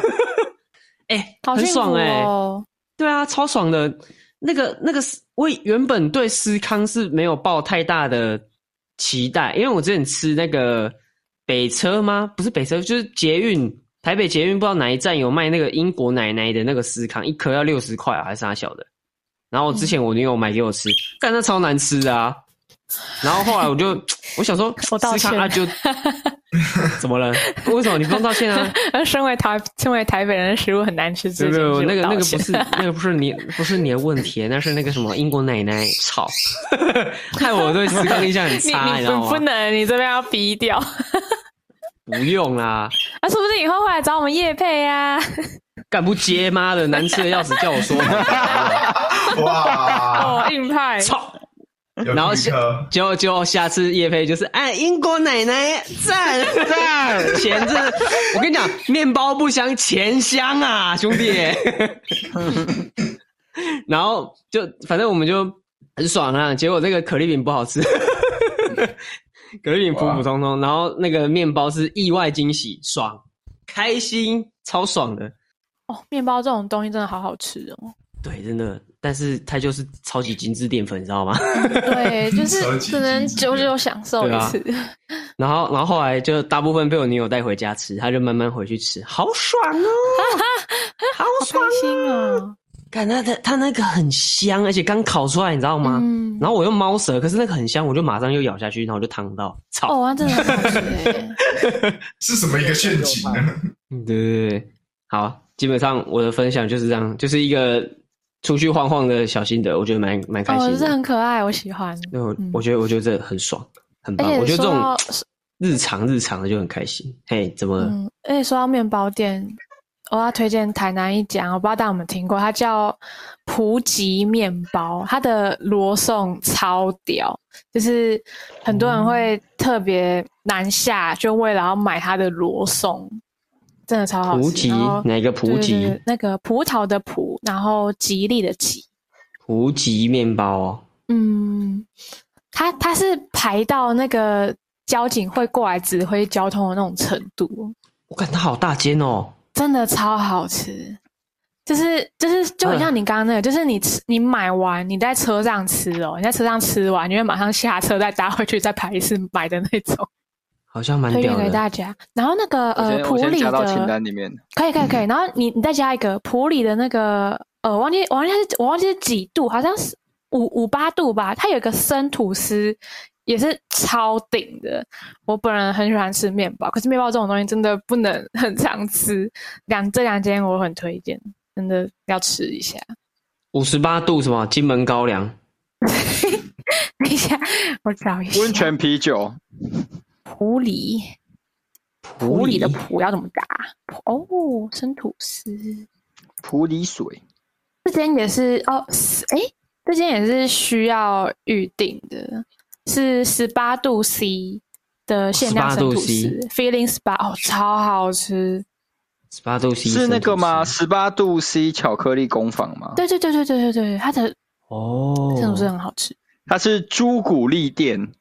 Speaker 1: 哎、
Speaker 4: 好
Speaker 1: 很
Speaker 4: 幸福
Speaker 1: 爽哎、
Speaker 4: 哦！
Speaker 1: 对啊，超爽的。那个那个，我原本对思康是没有抱太大的期待，因为我之前吃那个北车吗？不是北车，就是捷运台北捷运，不知道哪一站有卖那个英国奶奶的那个司康，一颗要六十块啊，还是啥小的。然后我之
Speaker 4: 嗯
Speaker 1: 前我女友买给我吃，干那超难吃的啊。然后后来我就我想说，
Speaker 4: 我道
Speaker 1: 司康
Speaker 4: 歉
Speaker 1: 啊 就怎么了？为什么你不用道歉啊？
Speaker 4: 而身为台身为台北人的食物很难 吃，
Speaker 1: 没
Speaker 4: 这
Speaker 1: 有没有，
Speaker 4: 件事我
Speaker 1: 那个
Speaker 4: 道
Speaker 1: 那个不
Speaker 4: 歉
Speaker 1: 是那个不是你不是你的问题，那是那个什么英国奶奶 操，害我对司康印象很差，
Speaker 4: 你
Speaker 1: 你
Speaker 4: 你
Speaker 1: 知道
Speaker 4: 不不
Speaker 1: 吗？
Speaker 4: 能，你这边要逼掉
Speaker 1: 不用啦，
Speaker 4: 啊！说不定以后会来找我们叶配啊！
Speaker 1: 敢不接妈的，难吃的要死，叫我说
Speaker 2: 哇，
Speaker 4: 哦，硬派，
Speaker 1: 操，
Speaker 2: 有
Speaker 1: 然后
Speaker 2: 一
Speaker 1: 下
Speaker 2: 颗
Speaker 1: 就就下次叶飞就是哎英国奶奶 赞赞，钱真的，我跟你讲，面包不香，钱香啊，兄弟。然后就反正我们就很爽啊，结果这个可丽饼不好吃。 可丽饼普普通通，然后那个面包是意外惊喜，爽，开心，超爽的。
Speaker 4: 哦，面包这种东西真的好好吃哦。
Speaker 1: 对，真的，但是它就是超级精致淀粉，你知道吗？
Speaker 4: 对，就
Speaker 2: 超
Speaker 4: 是
Speaker 2: 级
Speaker 4: 只能
Speaker 2: 精致
Speaker 4: 久久享受
Speaker 1: 对
Speaker 4: 一
Speaker 1: 啊
Speaker 4: 次。
Speaker 1: 然后，然后后来就大部分被我女友带回家吃，她就慢慢回去吃，好爽 哦，好
Speaker 4: 好开
Speaker 1: 爽！
Speaker 4: 心哦！
Speaker 1: 感觉它它那个很香，而且刚烤出来，你知道吗？
Speaker 4: 嗯
Speaker 1: 然后我又猫舌，可是那个很香，我就马上又咬下去，然后我就烫到，操！
Speaker 4: 哦，它真的很好吃哎。
Speaker 2: 是什么一个陷阱呢？
Speaker 1: 嗯对对对，好，基本上我的分享就是这样，就是一个出去晃晃的小心得，我觉得蛮蛮 开
Speaker 4: 哦，
Speaker 1: 心
Speaker 4: 这
Speaker 1: 的。
Speaker 4: 很可爱，我喜欢。
Speaker 1: 那我
Speaker 4: 嗯
Speaker 1: 我觉得我觉得这很爽，很棒。
Speaker 4: 而且
Speaker 1: 我觉得这
Speaker 4: 说
Speaker 1: 种
Speaker 4: 到
Speaker 1: 日常日常的就很开心。嘿，怎么了？
Speaker 4: 嗯，而且说到面包店，我要推荐台南一家，我不知道大家有没有听过，它叫普吉面包，它的罗宋超屌，就是很多
Speaker 1: 哦
Speaker 4: 人会特别南下，就为了要买它的罗宋，真的超好吃。
Speaker 1: 普吉
Speaker 4: 然后
Speaker 1: 哪个普吉
Speaker 4: 对对对那个葡萄的葡，然后吉利的吉，
Speaker 1: 无极面包哦，
Speaker 4: 嗯，它它是排到那个交警会过来指挥交通的那种程度。哦
Speaker 1: 我感它好大间哦。
Speaker 4: 真的超好吃，就是就是就很像你刚刚那个，就是你吃你买完你在车上吃哦，你在车上吃完，你会马上下车再搭回去再排一次买的那种，
Speaker 1: 好像蛮
Speaker 4: 推
Speaker 1: 屌
Speaker 4: 荐给
Speaker 1: 的。
Speaker 4: 大家。然后那个
Speaker 3: 我
Speaker 4: 呃
Speaker 3: 先
Speaker 4: 普
Speaker 3: 我先
Speaker 4: 里
Speaker 3: 加到清
Speaker 4: 的
Speaker 3: 单里面。嗯
Speaker 4: 可以可以可以，然后你你再加一个普里的那个呃，忘记我忘记是我忘记是几度，好像是五五八度吧，它有一个生吐司。也是超顶的。我本人很喜欢吃面包，可是面包这种东西真的不能很常吃。两这两间我很推荐，真的要吃一下。
Speaker 1: 五十八度什么金门高粱，
Speaker 4: 等一下，我找一下。
Speaker 3: 温泉啤酒，
Speaker 4: 普里，普里的普要怎么打？哦，生吐司。
Speaker 3: 普里水，
Speaker 4: 这间也是哦，是诶，这间也是需要预定的，是十八度 C 的限量
Speaker 1: 18
Speaker 4: 生
Speaker 1: 度
Speaker 4: 吐
Speaker 1: C
Speaker 4: 司，Feeling Spa 哦，超好吃。
Speaker 1: 十八度 C
Speaker 3: 是那个
Speaker 1: 生吐
Speaker 3: 吗？
Speaker 1: 司
Speaker 3: 十八度 C 巧克力工坊吗？
Speaker 4: 对对对对对对对，它的
Speaker 1: 哦，
Speaker 4: 生吐司很好吃，
Speaker 3: 它是朱古力店，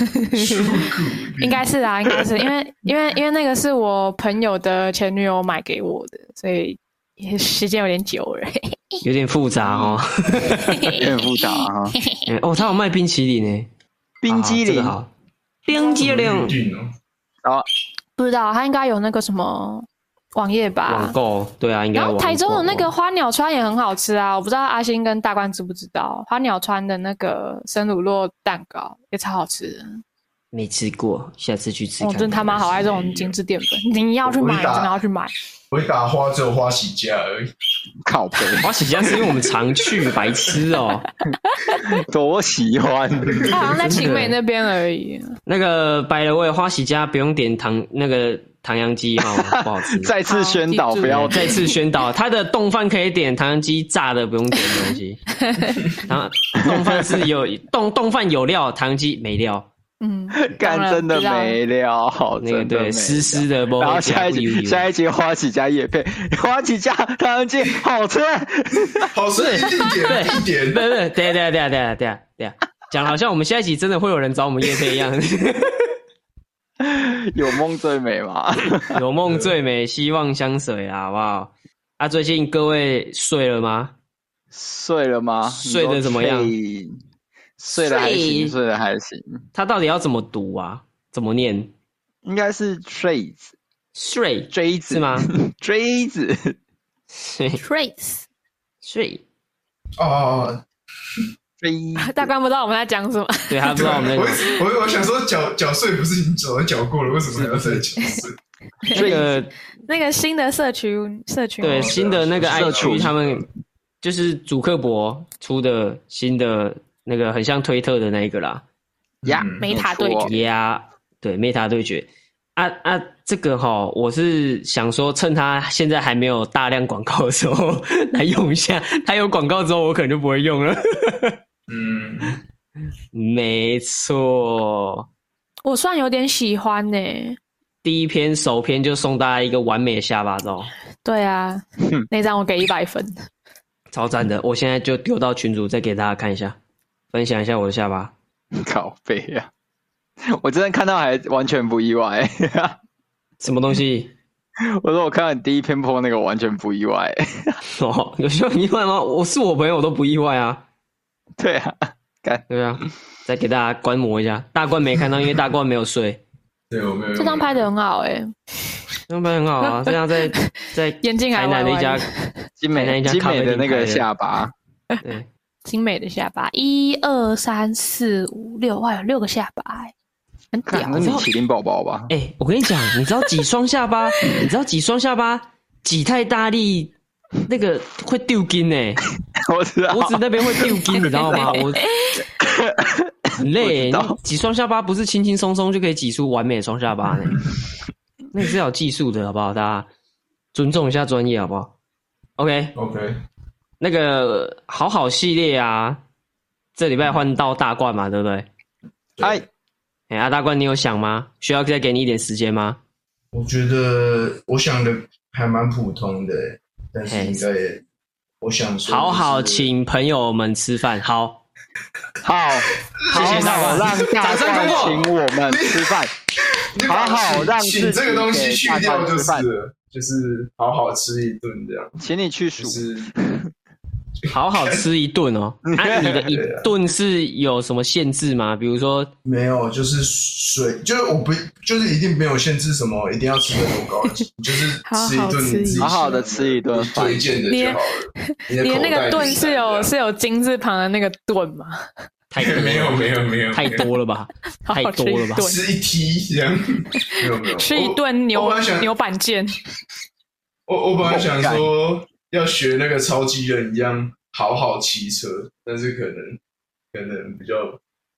Speaker 1: 嗯
Speaker 4: 应该是啊啦，应该是因为因为因为那个是我朋友的前女友买给我的，所以也时间有点久了。
Speaker 1: 有点复杂哦。
Speaker 3: 有点复 杂啊。
Speaker 4: 嗯
Speaker 1: 哦，他有卖冰淇淋呢，
Speaker 3: 冰激凌，
Speaker 1: 好好啊这个好冰激
Speaker 2: 预
Speaker 1: 凌
Speaker 2: 定哦，
Speaker 4: 不知道它应该有那个什么网页吧
Speaker 1: 网？购，对啊，应该
Speaker 4: 然
Speaker 1: 有
Speaker 4: 后
Speaker 1: 网购。
Speaker 4: 台中的那个花鸟川也很好吃啊，我不知道阿星跟大冠知不知道花鸟川的那个生乳酪蛋糕也超好吃的，
Speaker 1: 没吃过，下次去吃
Speaker 4: 我、
Speaker 1: 看看。
Speaker 4: 哦真他妈好爱这种精致淀粉，你要去买，
Speaker 2: 我
Speaker 4: 你
Speaker 2: 打
Speaker 4: 真的要去买。
Speaker 2: 我一打花只有花喜家而已，
Speaker 3: 靠背，
Speaker 1: 花喜家是因为我们常去，白痴 哦。
Speaker 3: 多喜 欢。
Speaker 4: 它好像在晴啊美那边而已，
Speaker 1: 那个白了味花喜家不用点糖，那个糖羊鸡哈，不好 吃。
Speaker 3: 再次宣导，
Speaker 4: 好记住
Speaker 3: 不要
Speaker 1: 再次宣导，他的冻饭可以点唐扬鸡炸的，不用点东西。然后冻饭是有冻冻饭有料，唐扬鸡没料。
Speaker 4: 嗯，当
Speaker 3: 干，
Speaker 4: 然
Speaker 3: 真的
Speaker 4: 不知道
Speaker 3: 没料，
Speaker 1: 那个
Speaker 3: 真的没
Speaker 1: 对
Speaker 3: 料
Speaker 1: 湿湿的，不
Speaker 3: 然后
Speaker 1: 会
Speaker 3: 下
Speaker 1: 加
Speaker 3: 一
Speaker 1: 不油
Speaker 3: 集，下
Speaker 1: 油。
Speaker 3: 一集花旗家叶配， 花旗家唐人街好吃，
Speaker 2: 好吃
Speaker 1: 对
Speaker 2: 一点一
Speaker 1: 不不，对
Speaker 2: 点，
Speaker 1: 对对对对对对，讲得好像我们下一集真的会有人找我们叶配一样。
Speaker 3: 有梦最美嘛？
Speaker 1: 有梦最美，希望相随啊，好不好？啊，最 近各位睡了吗？
Speaker 3: 睡了吗？
Speaker 1: 睡得怎么样
Speaker 3: 你都睡睡得还行，
Speaker 1: 睡
Speaker 3: 睡得还行，
Speaker 1: 它到底要怎么读啊？怎么念
Speaker 3: 应该是睡子
Speaker 1: ？Shrey
Speaker 3: 锥子
Speaker 1: 是吗？
Speaker 3: 锥子，
Speaker 1: ？Shrey
Speaker 4: Trace，
Speaker 1: Shrey，
Speaker 2: 哦哦哦，
Speaker 3: 锥
Speaker 1: 嗯
Speaker 3: 子
Speaker 4: 大官不知道我们在讲什么，
Speaker 1: 对他不知道我们在
Speaker 2: 我
Speaker 1: 讲
Speaker 2: 一我我想说缴缴税不是已经早就缴过了，为什么还要再缴税？
Speaker 1: 那个
Speaker 4: 那个新的社群社群
Speaker 1: 对新的那个
Speaker 3: 社
Speaker 1: IG，
Speaker 3: 畜
Speaker 1: 他们就是主克伯出的新的那个很像推特的那一个啦，
Speaker 3: 呀，
Speaker 2: 嗯
Speaker 4: 没塔
Speaker 3: 错
Speaker 4: 对决
Speaker 1: 呀、对 Meta 对决啊啊，这个哈，我是想说，趁它现在还没有大量广告的时候 来用一下，它有广告之后，我可能就不会用了。
Speaker 2: 嗯，
Speaker 1: 没错，
Speaker 4: 我算有点喜欢呢、
Speaker 1: 第一篇首篇就送大家一个完美的下巴照，
Speaker 4: 对啊，那张我给一百分。
Speaker 1: 超赞的！我现在就丢到群组，再给大家看一下，分享一下我的下巴。
Speaker 3: 靠背呀、啊！我真的看到还完全不意外、
Speaker 1: 什么东西？
Speaker 3: 我说我看到你第一篇 po 那个完全不意外、
Speaker 1: 哦，有需要意外吗？ 我是我朋友，我都不意外啊。
Speaker 3: 对啊，干
Speaker 1: 对啊，再给大家观摩一下。大冠没看到，因为大冠没有 睡。
Speaker 2: 对，我没有
Speaker 4: 这张拍的很好哎、
Speaker 1: 那拍很好啊，这样在 在
Speaker 4: 眼镜还
Speaker 1: 台南的一
Speaker 4: 歪
Speaker 1: 家
Speaker 4: 歪，
Speaker 3: 精
Speaker 1: 看人
Speaker 3: 美
Speaker 1: 家
Speaker 3: 精
Speaker 1: 咖啡
Speaker 3: 美的
Speaker 1: 厅
Speaker 3: 那
Speaker 1: 开
Speaker 3: 个
Speaker 1: 的
Speaker 3: 下巴，
Speaker 1: 对，
Speaker 4: 精美的下巴，一二三四五六，哇，有六个下巴、欸，很屌
Speaker 3: 看。那米其林宝宝吧？
Speaker 1: 哎、我跟你讲，你知道挤双下巴，你知道挤双下巴挤太大力，那个会丢筋哎、
Speaker 3: 我知 道，
Speaker 1: 脖子那边会丢筋，你知道 吗？我很累、
Speaker 3: 我知
Speaker 1: 欸，
Speaker 3: 道
Speaker 1: 你挤双下巴不是轻轻松松就可以挤出完美的双下巴呢、那是要有技术的，好不好？大家尊重一下专业，好不好？OK，
Speaker 2: OK，
Speaker 1: 那个好好系列啊，这礼拜换到大冠嘛，对不对？
Speaker 3: 哎，
Speaker 1: 哎、啊，大冠，你有想吗？需要再给你一点时间吗？
Speaker 2: 我觉得我想的还蛮普通的，但是应该也我想说，
Speaker 1: 好好，请朋友们吃饭。好，
Speaker 3: 好，好
Speaker 1: 谢大
Speaker 3: 好
Speaker 1: 家
Speaker 3: 让
Speaker 1: 掌
Speaker 3: 大
Speaker 1: 声
Speaker 3: 家
Speaker 1: 通过
Speaker 3: 请我 们吃饭，好好让
Speaker 2: 请
Speaker 3: 自己
Speaker 2: 这个东西去
Speaker 3: 给大
Speaker 2: 掉
Speaker 3: 家
Speaker 2: 就
Speaker 3: 吃饭
Speaker 2: 是，了，就是好好吃一顿这样，
Speaker 3: 请你去数
Speaker 2: 就，是
Speaker 1: 好好吃一顿哦。啊，你的一顿是有什么限制吗？比如说，
Speaker 2: 没有，就是水，就是我不就是一定没有限制什么，一定要吃的多 高级，就是吃一顿你自己
Speaker 3: 好好的吃一顿饭
Speaker 2: 推荐的就好了。你的
Speaker 4: 你的那个
Speaker 2: 口
Speaker 4: 盾
Speaker 2: 袋
Speaker 4: 是有
Speaker 2: 塞
Speaker 4: 是有金字旁的那个盾吗？
Speaker 1: 太
Speaker 2: 得
Speaker 1: 多
Speaker 2: 了没有没有没有
Speaker 1: 太多了吧？
Speaker 4: 好
Speaker 1: 太
Speaker 4: 好吃
Speaker 1: 多了吧
Speaker 4: 一？顿，
Speaker 2: 吃一梯这 样，没有没有
Speaker 4: 吃一顿
Speaker 2: 我
Speaker 4: 牛
Speaker 2: 我本来想
Speaker 4: 牛板腱，
Speaker 2: 我我本来想说要学那个超级人一样好好骑车，但是可能可能比较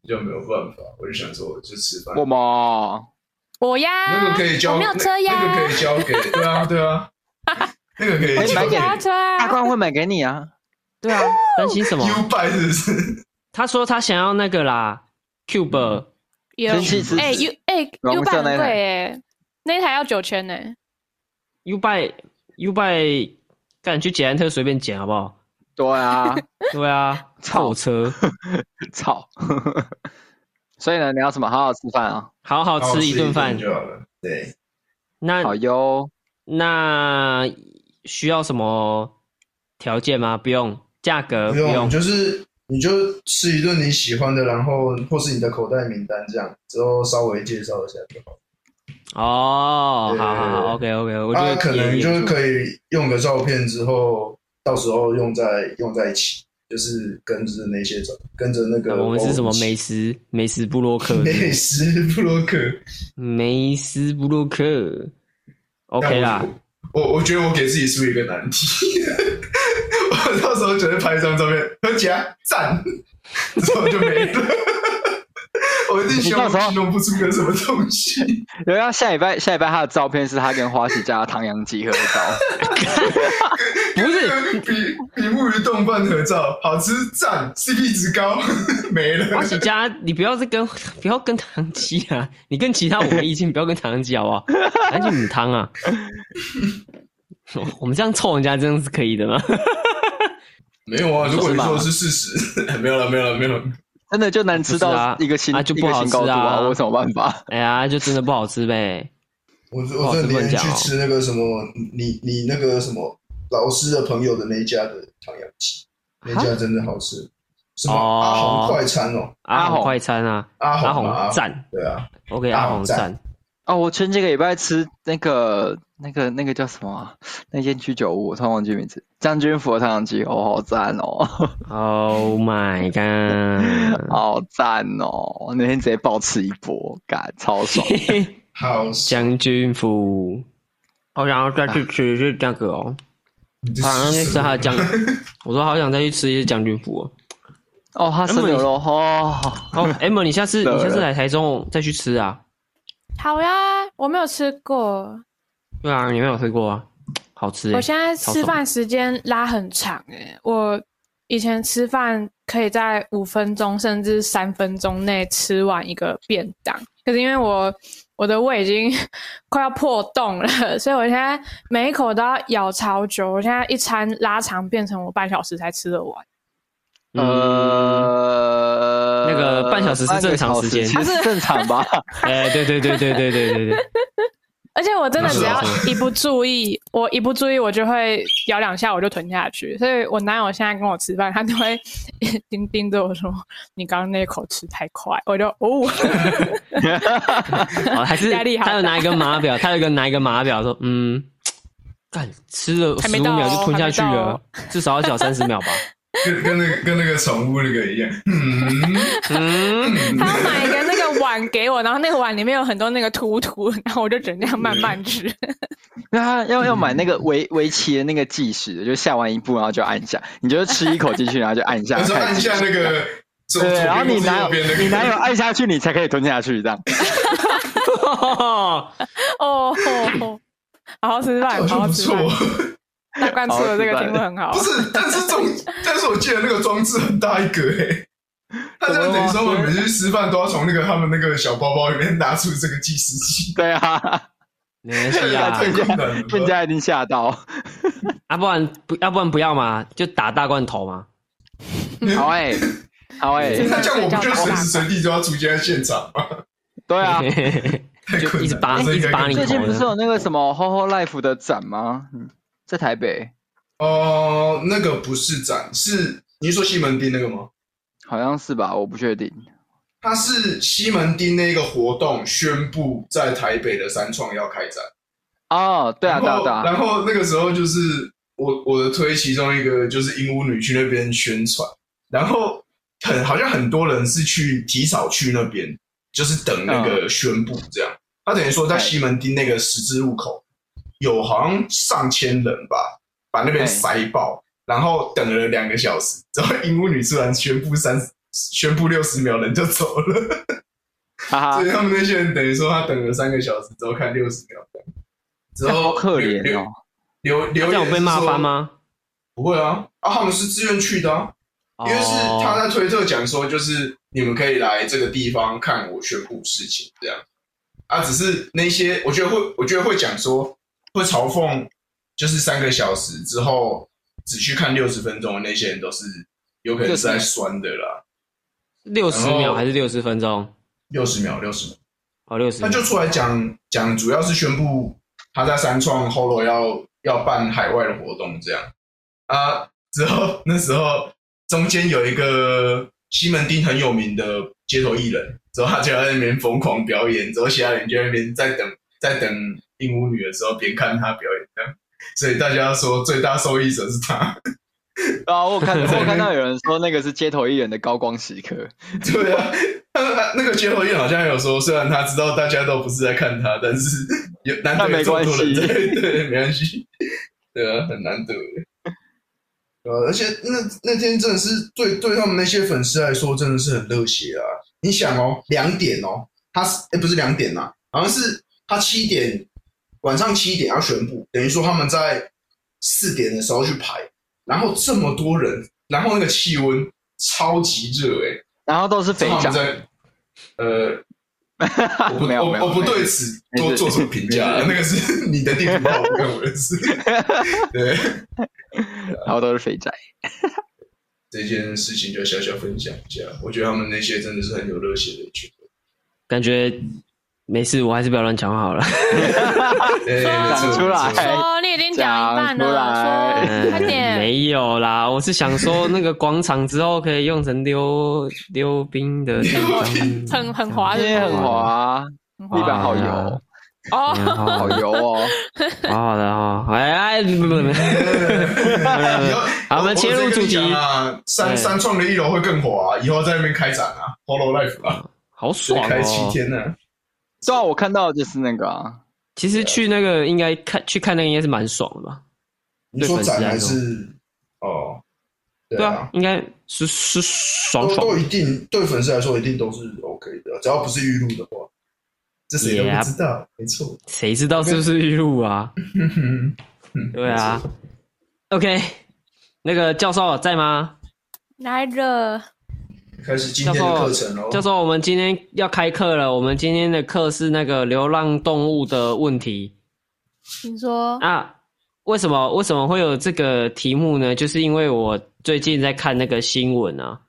Speaker 2: 比较没有办法，我就想说我就吃饭
Speaker 3: 我。们
Speaker 4: 我呀，
Speaker 2: 那个可以交，
Speaker 4: 我没有车呀，
Speaker 2: 那个可以交给，对啊对啊， 那个可以交
Speaker 3: 哎买
Speaker 2: 给
Speaker 3: 给
Speaker 4: 脚踏车
Speaker 3: 大
Speaker 4: 啊，
Speaker 3: 冠会买给你啊，
Speaker 1: 对啊，担心什么？
Speaker 2: U 拜是不是？
Speaker 1: 他说他想要那个啦，Cube
Speaker 2: 嗯
Speaker 4: 有
Speaker 3: 蒸汽之
Speaker 4: 哎
Speaker 3: 子
Speaker 4: U 哎
Speaker 3: 黄
Speaker 4: U 版
Speaker 3: 色那
Speaker 4: 很
Speaker 3: 一
Speaker 4: 贵
Speaker 3: 台
Speaker 4: 哎，那一台要九千呢，
Speaker 1: U by U by，干去捷安特随便捡好不好？
Speaker 3: 对啊，
Speaker 1: 对啊，臭
Speaker 3: 操
Speaker 1: 车，
Speaker 3: 操， 所以呢，你要什么？好好吃饭啊，
Speaker 1: 好好吃一顿饭。
Speaker 2: 就好了。对，
Speaker 1: 那
Speaker 3: 好哟。
Speaker 1: 那需要什么条件吗？不用，价格呃
Speaker 2: 不
Speaker 1: 不
Speaker 2: 用，
Speaker 1: 用。
Speaker 2: 啊就是你就吃一顿你喜欢的，然后或是你的口袋名单这样，之后稍微介绍一下就好。
Speaker 1: 哦，
Speaker 2: 对
Speaker 1: 好好好，OK OK，我觉
Speaker 2: 啊，
Speaker 1: 得
Speaker 2: 可能
Speaker 1: 也
Speaker 2: 就是可以用个照片之后，到时候用在用在一起，就是跟着那些照，跟着那个
Speaker 1: 啊我们是什么美
Speaker 2: 美
Speaker 1: 食美食布洛 克，
Speaker 2: 美食布洛克
Speaker 1: 美食布洛克，OK 啦。。
Speaker 2: 我我我觉得我给自己出一个难题， 我到时候只会拍一张照片，合起来赞，之后就没了。我一定形容
Speaker 3: 你到时候
Speaker 2: 形容不出个什么东西。
Speaker 3: 有要下礼拜下礼拜他的照片是他跟花喜家的唐扬鸡合 照，
Speaker 1: 不是
Speaker 2: 比比目鱼冻饭合照，好吃赞，CP 值高，没
Speaker 1: 花
Speaker 2: 了。
Speaker 1: 喜家，你不要是跟不要跟唐鸡啊， 你跟其他我没意见，不要跟唐鸡好不好？赶紧母汤啊！我们这样臭人家，这样是可以的吗？
Speaker 2: 没有啊，如果你
Speaker 3: 是吧
Speaker 2: 说的是事实，没有了，没有了，没有了。
Speaker 3: 真的就能吃
Speaker 1: 不是啊
Speaker 3: 到一个新、
Speaker 1: 啊就不好
Speaker 3: 一
Speaker 1: 吃
Speaker 3: 个
Speaker 1: 啊
Speaker 3: 新高度我有什么办法？
Speaker 1: 哎呀，就真的不好吃呗。
Speaker 2: 我
Speaker 1: 好
Speaker 2: 我
Speaker 1: 吃
Speaker 2: 真的
Speaker 1: 不能
Speaker 2: 连去
Speaker 1: 讲哦
Speaker 2: 吃那个什么，你你那个什么老师的朋友的那一家的唐扬鸡，那一家真的好吃，什么阿
Speaker 1: 哦
Speaker 2: 红快餐哦，
Speaker 1: 阿
Speaker 3: 阿
Speaker 1: 红
Speaker 3: 红
Speaker 1: 快餐啊，
Speaker 2: 阿红
Speaker 1: 阿
Speaker 2: 嘛
Speaker 1: 红赞，
Speaker 2: 对啊，
Speaker 1: OK，
Speaker 2: 阿
Speaker 1: 阿
Speaker 2: 红
Speaker 1: 红
Speaker 2: 赞
Speaker 1: 赞，
Speaker 3: 哦，我前几个礼拜吃那个、那个、那个叫什么啊、那间居酒屋，我突然忘记名字。将军府的糖糖鸡，哦，好赞哦，
Speaker 1: Oh my god！
Speaker 3: 好赞哦！那天直接暴吃一波，感超 爽。
Speaker 2: 好，
Speaker 1: 将军府，好想要再去吃一次那个哦，
Speaker 2: 你这
Speaker 1: 好想再
Speaker 2: 是
Speaker 1: 吃他的将，我说好想再去吃一次将军府哦。
Speaker 3: 哦，他生牛肉哦，
Speaker 1: 哦，M，你下次
Speaker 3: 对
Speaker 1: 你下次来台中再去吃啊？
Speaker 4: 好呀，我没有吃过，
Speaker 1: 对啊，你没有吃过啊？好吃欸！
Speaker 4: 我现在
Speaker 1: 超爽
Speaker 4: 吃饭时间拉很长哎、我以前吃饭可以在五分钟甚至三分钟内吃完一个便当，可是因为我我的胃已经 快要破洞了，所以我现在每一口都要咬超久，我现在一餐拉长变成我半小时才吃得完。
Speaker 1: 嗯，
Speaker 3: 呃，
Speaker 1: 那个半小时是正常时间
Speaker 3: 半个小时其实是正常吧？
Speaker 1: 哎，对对对对对对对对，
Speaker 4: 而且我真的
Speaker 2: 那是
Speaker 4: 只要
Speaker 2: 好
Speaker 4: 一不注意，我一不注意我就会咬两下我就吞下去，所以我男友现在跟我吃饭，他都会 盯盯着我说：“你刚刚那口吃太快。”我就哦，
Speaker 1: 哦，还是
Speaker 4: 压力好大
Speaker 1: 他有拿一个码表，他有一个拿一个码表说，嗯，干吃了
Speaker 4: 还
Speaker 1: 十
Speaker 4: 没
Speaker 1: 五
Speaker 4: 到哦
Speaker 1: 秒就吞下去
Speaker 4: 还没到
Speaker 1: 了，
Speaker 4: 哦
Speaker 1: 至少要小三十 秒吧？
Speaker 2: 跟跟那个跟那个宠物那个一样， 嗯，
Speaker 4: 他要买一个那个碗给我，然后那个碗里面有很多那个突突，然后我就只能这样慢慢吃。
Speaker 3: 那要要买那个围围棋的那个计时，就下完一步然后就按一下，你就吃一口进去然后就按一下，
Speaker 2: 有时候
Speaker 3: 开
Speaker 2: 按
Speaker 3: 始
Speaker 2: 下 那个左左
Speaker 3: 对，然后
Speaker 2: 边
Speaker 3: 你
Speaker 2: 或是
Speaker 3: 哪
Speaker 2: 右边那
Speaker 3: 有
Speaker 2: 个，
Speaker 3: 你哪有按下去，你才可以吞下去 这样。
Speaker 4: 哦，好好吃饭，
Speaker 2: 好
Speaker 4: 好
Speaker 2: 像
Speaker 4: 好
Speaker 2: 不
Speaker 4: 吃
Speaker 2: 错
Speaker 4: 饭。。大罐出的这个题目很好
Speaker 2: 不，是，但是 这种，但是我记得那个装置很大一个诶、欸。那这样等于说，我们每次吃饭都要从那个他们那个小包包里面拿出这个计时器，
Speaker 3: 对啊，
Speaker 1: 没关系
Speaker 2: 太
Speaker 1: 啊
Speaker 2: 太，困难了
Speaker 3: 人
Speaker 2: 吧。
Speaker 3: 家一定 吓到。
Speaker 1: 啊不然不要不然不要嘛，就打大罐头嘛。
Speaker 3: 好哎、好哎、
Speaker 4: 真的
Speaker 2: 那这样我们就随时随地都要出现在现场吗？
Speaker 3: 对啊。
Speaker 2: 太困
Speaker 1: 就
Speaker 2: 难了
Speaker 1: 一直扒
Speaker 2: 这应该
Speaker 1: 一直扒 你
Speaker 2: 更
Speaker 3: 最近
Speaker 1: 头
Speaker 3: 不
Speaker 1: 呢
Speaker 3: 是有那个什么 HOHO Life 的展吗？嗯，在台北
Speaker 2: 哦，那个不是展，是你是说西门町那个吗？
Speaker 3: 好像是吧，我不确定。
Speaker 2: 它是西门町那个活动宣布在台北的三创要开展。
Speaker 3: 哦，对啊，对
Speaker 2: 然
Speaker 3: 啊，
Speaker 2: 后
Speaker 3: 对啊，
Speaker 2: 然后那个时候就是我我的推其中一个就是鹦鹉女去那边宣传，然后很好像很多人是去提早去那边，就是等那
Speaker 3: 嗯
Speaker 2: 个宣布这样。他等于
Speaker 3: 哎
Speaker 2: 说在西门町那个十字路口有好像上千人吧，把那边
Speaker 3: 哎
Speaker 2: 塞爆，然后等了两个小时，然后鹦鹉女突然宣布三宣布六十秒人就走了，
Speaker 3: 哈哈
Speaker 2: 所以，他们那些人等于说他等了三个小时之后看六十秒这样，之后
Speaker 3: 好可怜
Speaker 2: 留
Speaker 3: 哦。
Speaker 2: 留
Speaker 1: 啊
Speaker 2: 留
Speaker 1: 这样
Speaker 2: 言
Speaker 1: 我被骂
Speaker 2: 是说
Speaker 1: 翻？吗？
Speaker 2: 不会啊，啊，他们是自愿去的啊，
Speaker 3: 哦
Speaker 2: 因为是他
Speaker 1: 哦
Speaker 2: 在推特讲说，就是你们可以来这个地方看我宣布事情这样。啊，只是那些我觉得会，我觉得会讲说会嘲讽，就是三个小时之后只去看六十分钟的那些人都是有可能是在酸的啦，
Speaker 1: 六十
Speaker 2: 然后
Speaker 1: 秒还是六十分钟？
Speaker 2: 六十秒，六十秒，
Speaker 1: 哦，六十
Speaker 2: 他。就出来讲讲，主要是宣布他在三创 Holo 要要办海外的活动这样啊。之后 那时候中间有一个西门町很有名的街头艺人，之后他就在那边疯狂表演，之后其他人就在那边在等在等鹦鹉女的时候边看他表演这样，所以大家说最大受益者是他。
Speaker 3: 啊，我有 看，我有看到有人说那个是街头艺人的高光时刻。
Speaker 2: 对啊，他他那个街头艺人好像有说，虽然他知道大家都不是在看他，但是有难得
Speaker 3: 但
Speaker 2: 有
Speaker 3: 没
Speaker 2: 这么
Speaker 3: 关
Speaker 2: 多人
Speaker 3: 系
Speaker 2: 在，对，没关系，对啊，很难得。呃，而且那那天真的是对对他们那些粉丝来说，真的是很热血啊！你想哦，两点哦，他是哎、不是两点啦、好像是他七点晚上七点要宣布，等于说他们在四点的时候去排，然后这么多人，然后那个气温超级热哎、
Speaker 3: 然后都是肥
Speaker 2: 正好
Speaker 3: 皂。
Speaker 2: 在呃，我不
Speaker 3: 没有没
Speaker 2: 我
Speaker 3: 有
Speaker 2: 我不
Speaker 3: 没有
Speaker 2: 对此
Speaker 3: 没事
Speaker 2: 多做什么评价啊，那个是 你的地图炮，不关我的事。对
Speaker 3: 然后都是肥宅。
Speaker 2: 这件事情就小小分享一下，我觉得他们那些真的是很有热血的一群。
Speaker 1: 感觉没事，我还是不要乱讲话好了。
Speaker 2: 对，哎没错
Speaker 3: 讲出来
Speaker 2: 没错
Speaker 4: 说你已经讲一半了，
Speaker 3: 讲出
Speaker 4: 说快点。
Speaker 1: 呃没有啦，我是想说那个广场之后可以用成溜溜冰的地方，
Speaker 4: 很很滑
Speaker 3: 因为
Speaker 4: 的，
Speaker 3: 很滑啊，
Speaker 4: 很
Speaker 3: 地板
Speaker 4: 滑。
Speaker 3: 好
Speaker 1: 啊
Speaker 3: 油，
Speaker 4: 哦，
Speaker 1: 嗯，好好
Speaker 3: 好油 哦。
Speaker 1: 好好的哦，哎哎，不不不，
Speaker 2: 以后
Speaker 1: 好我们切入主题
Speaker 2: 我直接跟你讲啊，三
Speaker 1: 对
Speaker 2: 三创的一楼会更火啊，以后在那边开展啊，Polo Life 啊，
Speaker 1: 好爽
Speaker 2: 开七
Speaker 1: 哦！
Speaker 2: 天呢，
Speaker 3: 对啊，我看到的就是那个啊，
Speaker 1: 其实去那个应该看去看那个应该是蛮爽的吧？
Speaker 2: 你
Speaker 1: 对
Speaker 2: 说
Speaker 1: 粉丝
Speaker 2: 展
Speaker 1: 来
Speaker 2: 还
Speaker 1: 说
Speaker 2: 是哦？对
Speaker 1: 对
Speaker 2: 啊
Speaker 1: 啊，，应该是是爽
Speaker 2: 都
Speaker 1: 爽
Speaker 2: 都一定对粉丝来说一定都是 OK 的，只要不是预录的话，这谁都
Speaker 1: Yeah
Speaker 2: 不知道，没错。
Speaker 1: 谁知道是不是玉露啊？
Speaker 2: 嗯
Speaker 1: 对啊，，OK，那个教授在吗？
Speaker 4: 来了，
Speaker 2: 没错 开始今天的课程喽。
Speaker 1: 教授，我们今天要开课了。我们今天的课是那个流浪动物的问题
Speaker 4: 你说
Speaker 1: 啊。为什么为什么会有这个题目呢？就是因为我最近在看那个新闻啊，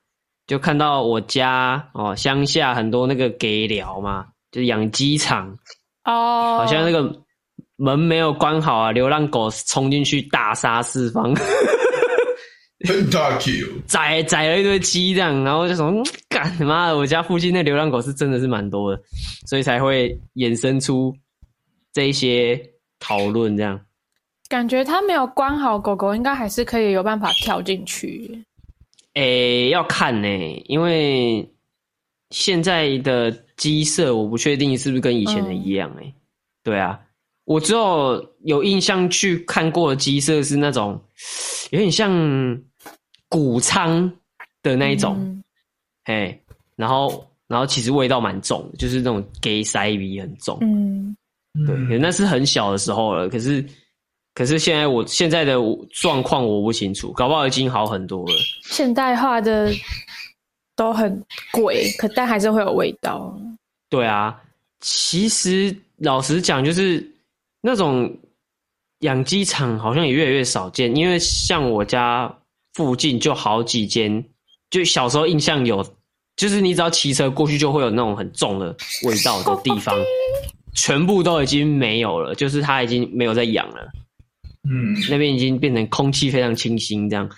Speaker 1: 就看到我家哦乡下很多那个给寮嘛，就是养鸡场，
Speaker 4: 哦，
Speaker 1: 好像那个门没有关好啊，流浪狗冲进去大杀四方。
Speaker 2: Pentakill，
Speaker 1: 宰宰了一堆鸡这样，然后就想，嗯干他妈的，我家附近那流浪狗是真的是蛮多的，所以才会衍生出这一些讨论这样。
Speaker 4: 感觉它没有关好，狗狗应该还是可以有办法跳进去。
Speaker 1: 诶、要看呢、因为现在的鸡舍我不确定是不是跟以前的
Speaker 4: 嗯
Speaker 1: 一样诶、对啊，我只有有印象去看过的鸡舍是那种有点像谷仓的那一种。
Speaker 4: 嗯
Speaker 1: 哎，然后然后其实味道蛮重的，就是那种 gay 塞鼻很重，
Speaker 4: 嗯，
Speaker 1: 对，可是那是很小的时候了。可是可是现在我现在的状况我不清楚，搞不好已经好很多了。
Speaker 4: 现代化的都很贵，可但还是会有味道。
Speaker 1: 对啊，其实老实讲，就是那种养鸡场好像也越来越少见，因为像我家附近就好几间，就小时候印象有，就是你只要骑车过去就会有那种很重的味道的地方，全部都已经没有了，就是它已经没有在养了，
Speaker 2: 嗯，
Speaker 1: 那边已经变成空气非常清新 这样，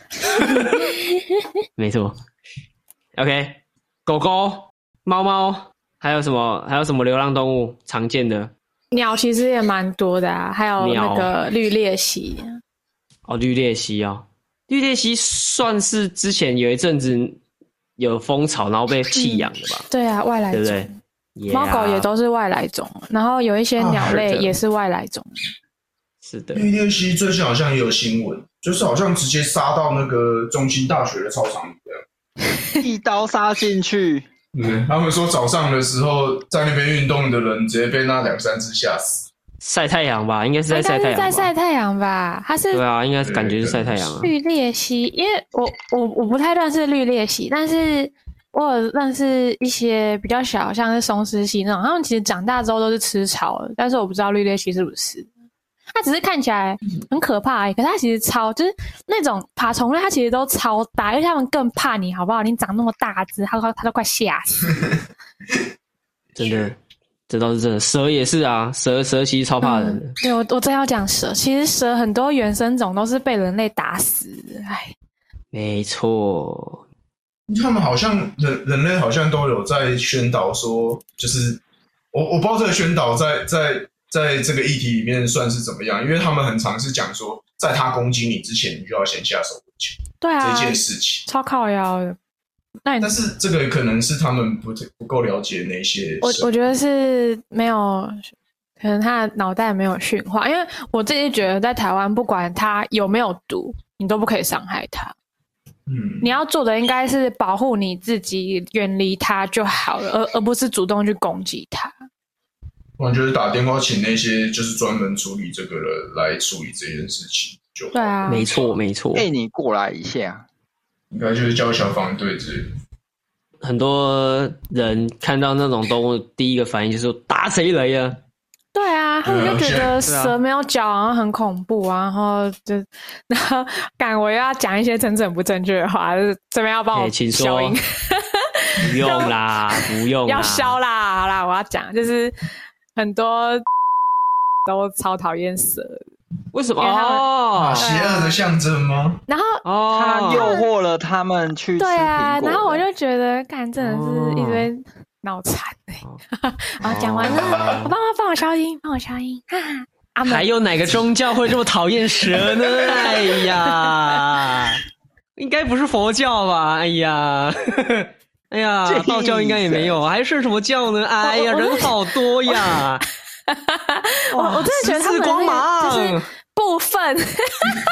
Speaker 1: 没错。OK，狗狗、猫猫，还有什么？还有什么流浪动物常见的？
Speaker 4: 鸟其实也蛮多的啊，还有那个绿鬣蜥，
Speaker 1: 哦，绿鬣蜥哦，绿鬣蜥算是之前有一阵子有风潮，然后被弃养的 吧，
Speaker 4: 对啊，外来
Speaker 1: 对不
Speaker 4: 种
Speaker 1: 对。？Yeah，
Speaker 4: 猫狗也都是外来种，然后有一些鸟类
Speaker 3: 啊
Speaker 4: 也是外来种。
Speaker 1: 是的，
Speaker 2: 绿鬣蜥最近好像也有新闻，就是好像直接杀到那个中心大学的操场里了。
Speaker 3: 一刀杀进去，
Speaker 2: 嗯，他们说早上的时候在那边运动的人直接被那两三只吓死。
Speaker 1: 晒太阳吧，应该是在
Speaker 4: 应
Speaker 1: 晒
Speaker 4: 该
Speaker 1: 太
Speaker 4: 是
Speaker 1: 阳吧，
Speaker 4: 在晒太阳吧？它是
Speaker 1: 对啊，应该是感觉是晒太阳啊。
Speaker 4: 绿鬣蜥，因为我我我不太认识绿鬣蜥，但是我有认识一些比较小，像是松狮蜥那种，他们其实长大之后都是吃草的，但是我不知道绿鬣蜥是不是。它只是看起来很可怕而已，可是它其实超就是那种爬虫类，它其实都超大，因为它们更怕你，好不好？你长那么大只，它都它都快吓死。
Speaker 1: 真的，这倒是真的。蛇也是啊，蛇蛇其实超怕人的。
Speaker 2: 嗯
Speaker 4: 对我我真要讲蛇，其实蛇很多原生种都是被人类打死的，哎，
Speaker 1: 没错，
Speaker 2: 他们好像人人类好像都有在宣导说，就是我我不知道这个宣导在在在这个议题里面算是怎么样，因为他们很常是讲说，在他攻击你之前，你就要先下手为强
Speaker 4: 对啊，
Speaker 2: 这件事情。
Speaker 4: 超靠腰的。那你
Speaker 2: 但是这个可能是他们不不够了解那些
Speaker 4: 我
Speaker 2: 生
Speaker 4: 我觉得是没有，可能他的脑袋没有驯化，因为我自己觉得在台湾，不管他有没有毒，你都不可以伤害他。
Speaker 2: 嗯
Speaker 4: 你要做的应该是保护你自己，远离他就好了，而而不是主动去攻击他。
Speaker 2: 我觉得打电话请那些就是专门处理这个的来处理这件事情就好
Speaker 4: 对，啊，
Speaker 1: 没错，没错。
Speaker 3: 哎，你过来一下，
Speaker 2: 应该就是叫消防队之类的。
Speaker 1: 很多人看到那种动物，第一个反应就是说打谁来呀、
Speaker 4: 对啊，他们就觉得
Speaker 1: 是啊
Speaker 4: 蛇没有脚，然后很恐怖啊，然后 就，然后，感我又要讲一些真正不正确的话，就是这边要帮
Speaker 1: 哎、
Speaker 4: 我
Speaker 1: 请
Speaker 4: 消
Speaker 1: 说
Speaker 4: 音。，
Speaker 1: 不用啦，不用啦，哦
Speaker 4: 要消啦，好啦，我要讲，就是很多都超讨厌蛇的，
Speaker 1: 为什么？
Speaker 4: 因为他们
Speaker 2: 啊，
Speaker 1: 哦
Speaker 2: 邪恶的象征吗？
Speaker 4: 然后
Speaker 3: 他
Speaker 1: 哦，
Speaker 3: 诱惑了他们去吃
Speaker 4: 对啊
Speaker 3: 苹，果
Speaker 4: 然后我就觉得，干，真的是一堆脑残哎、
Speaker 1: 哦
Speaker 4: 啊，讲完了，我帮我帮我消音，帮我消音，哈哈。阿门
Speaker 1: 还有哪个宗教会这么讨厌蛇 呢？哎呀，应该不是佛教吧？哎呀， 哎呀，
Speaker 3: Jesus
Speaker 1: 道教应该也没有，还是什么教呢？哎呀，
Speaker 4: 啊我我
Speaker 1: 人好多呀！
Speaker 4: 我我真的觉得他
Speaker 1: 十字
Speaker 4: 们
Speaker 1: 光
Speaker 4: 那个就
Speaker 1: 芒
Speaker 4: 是部分，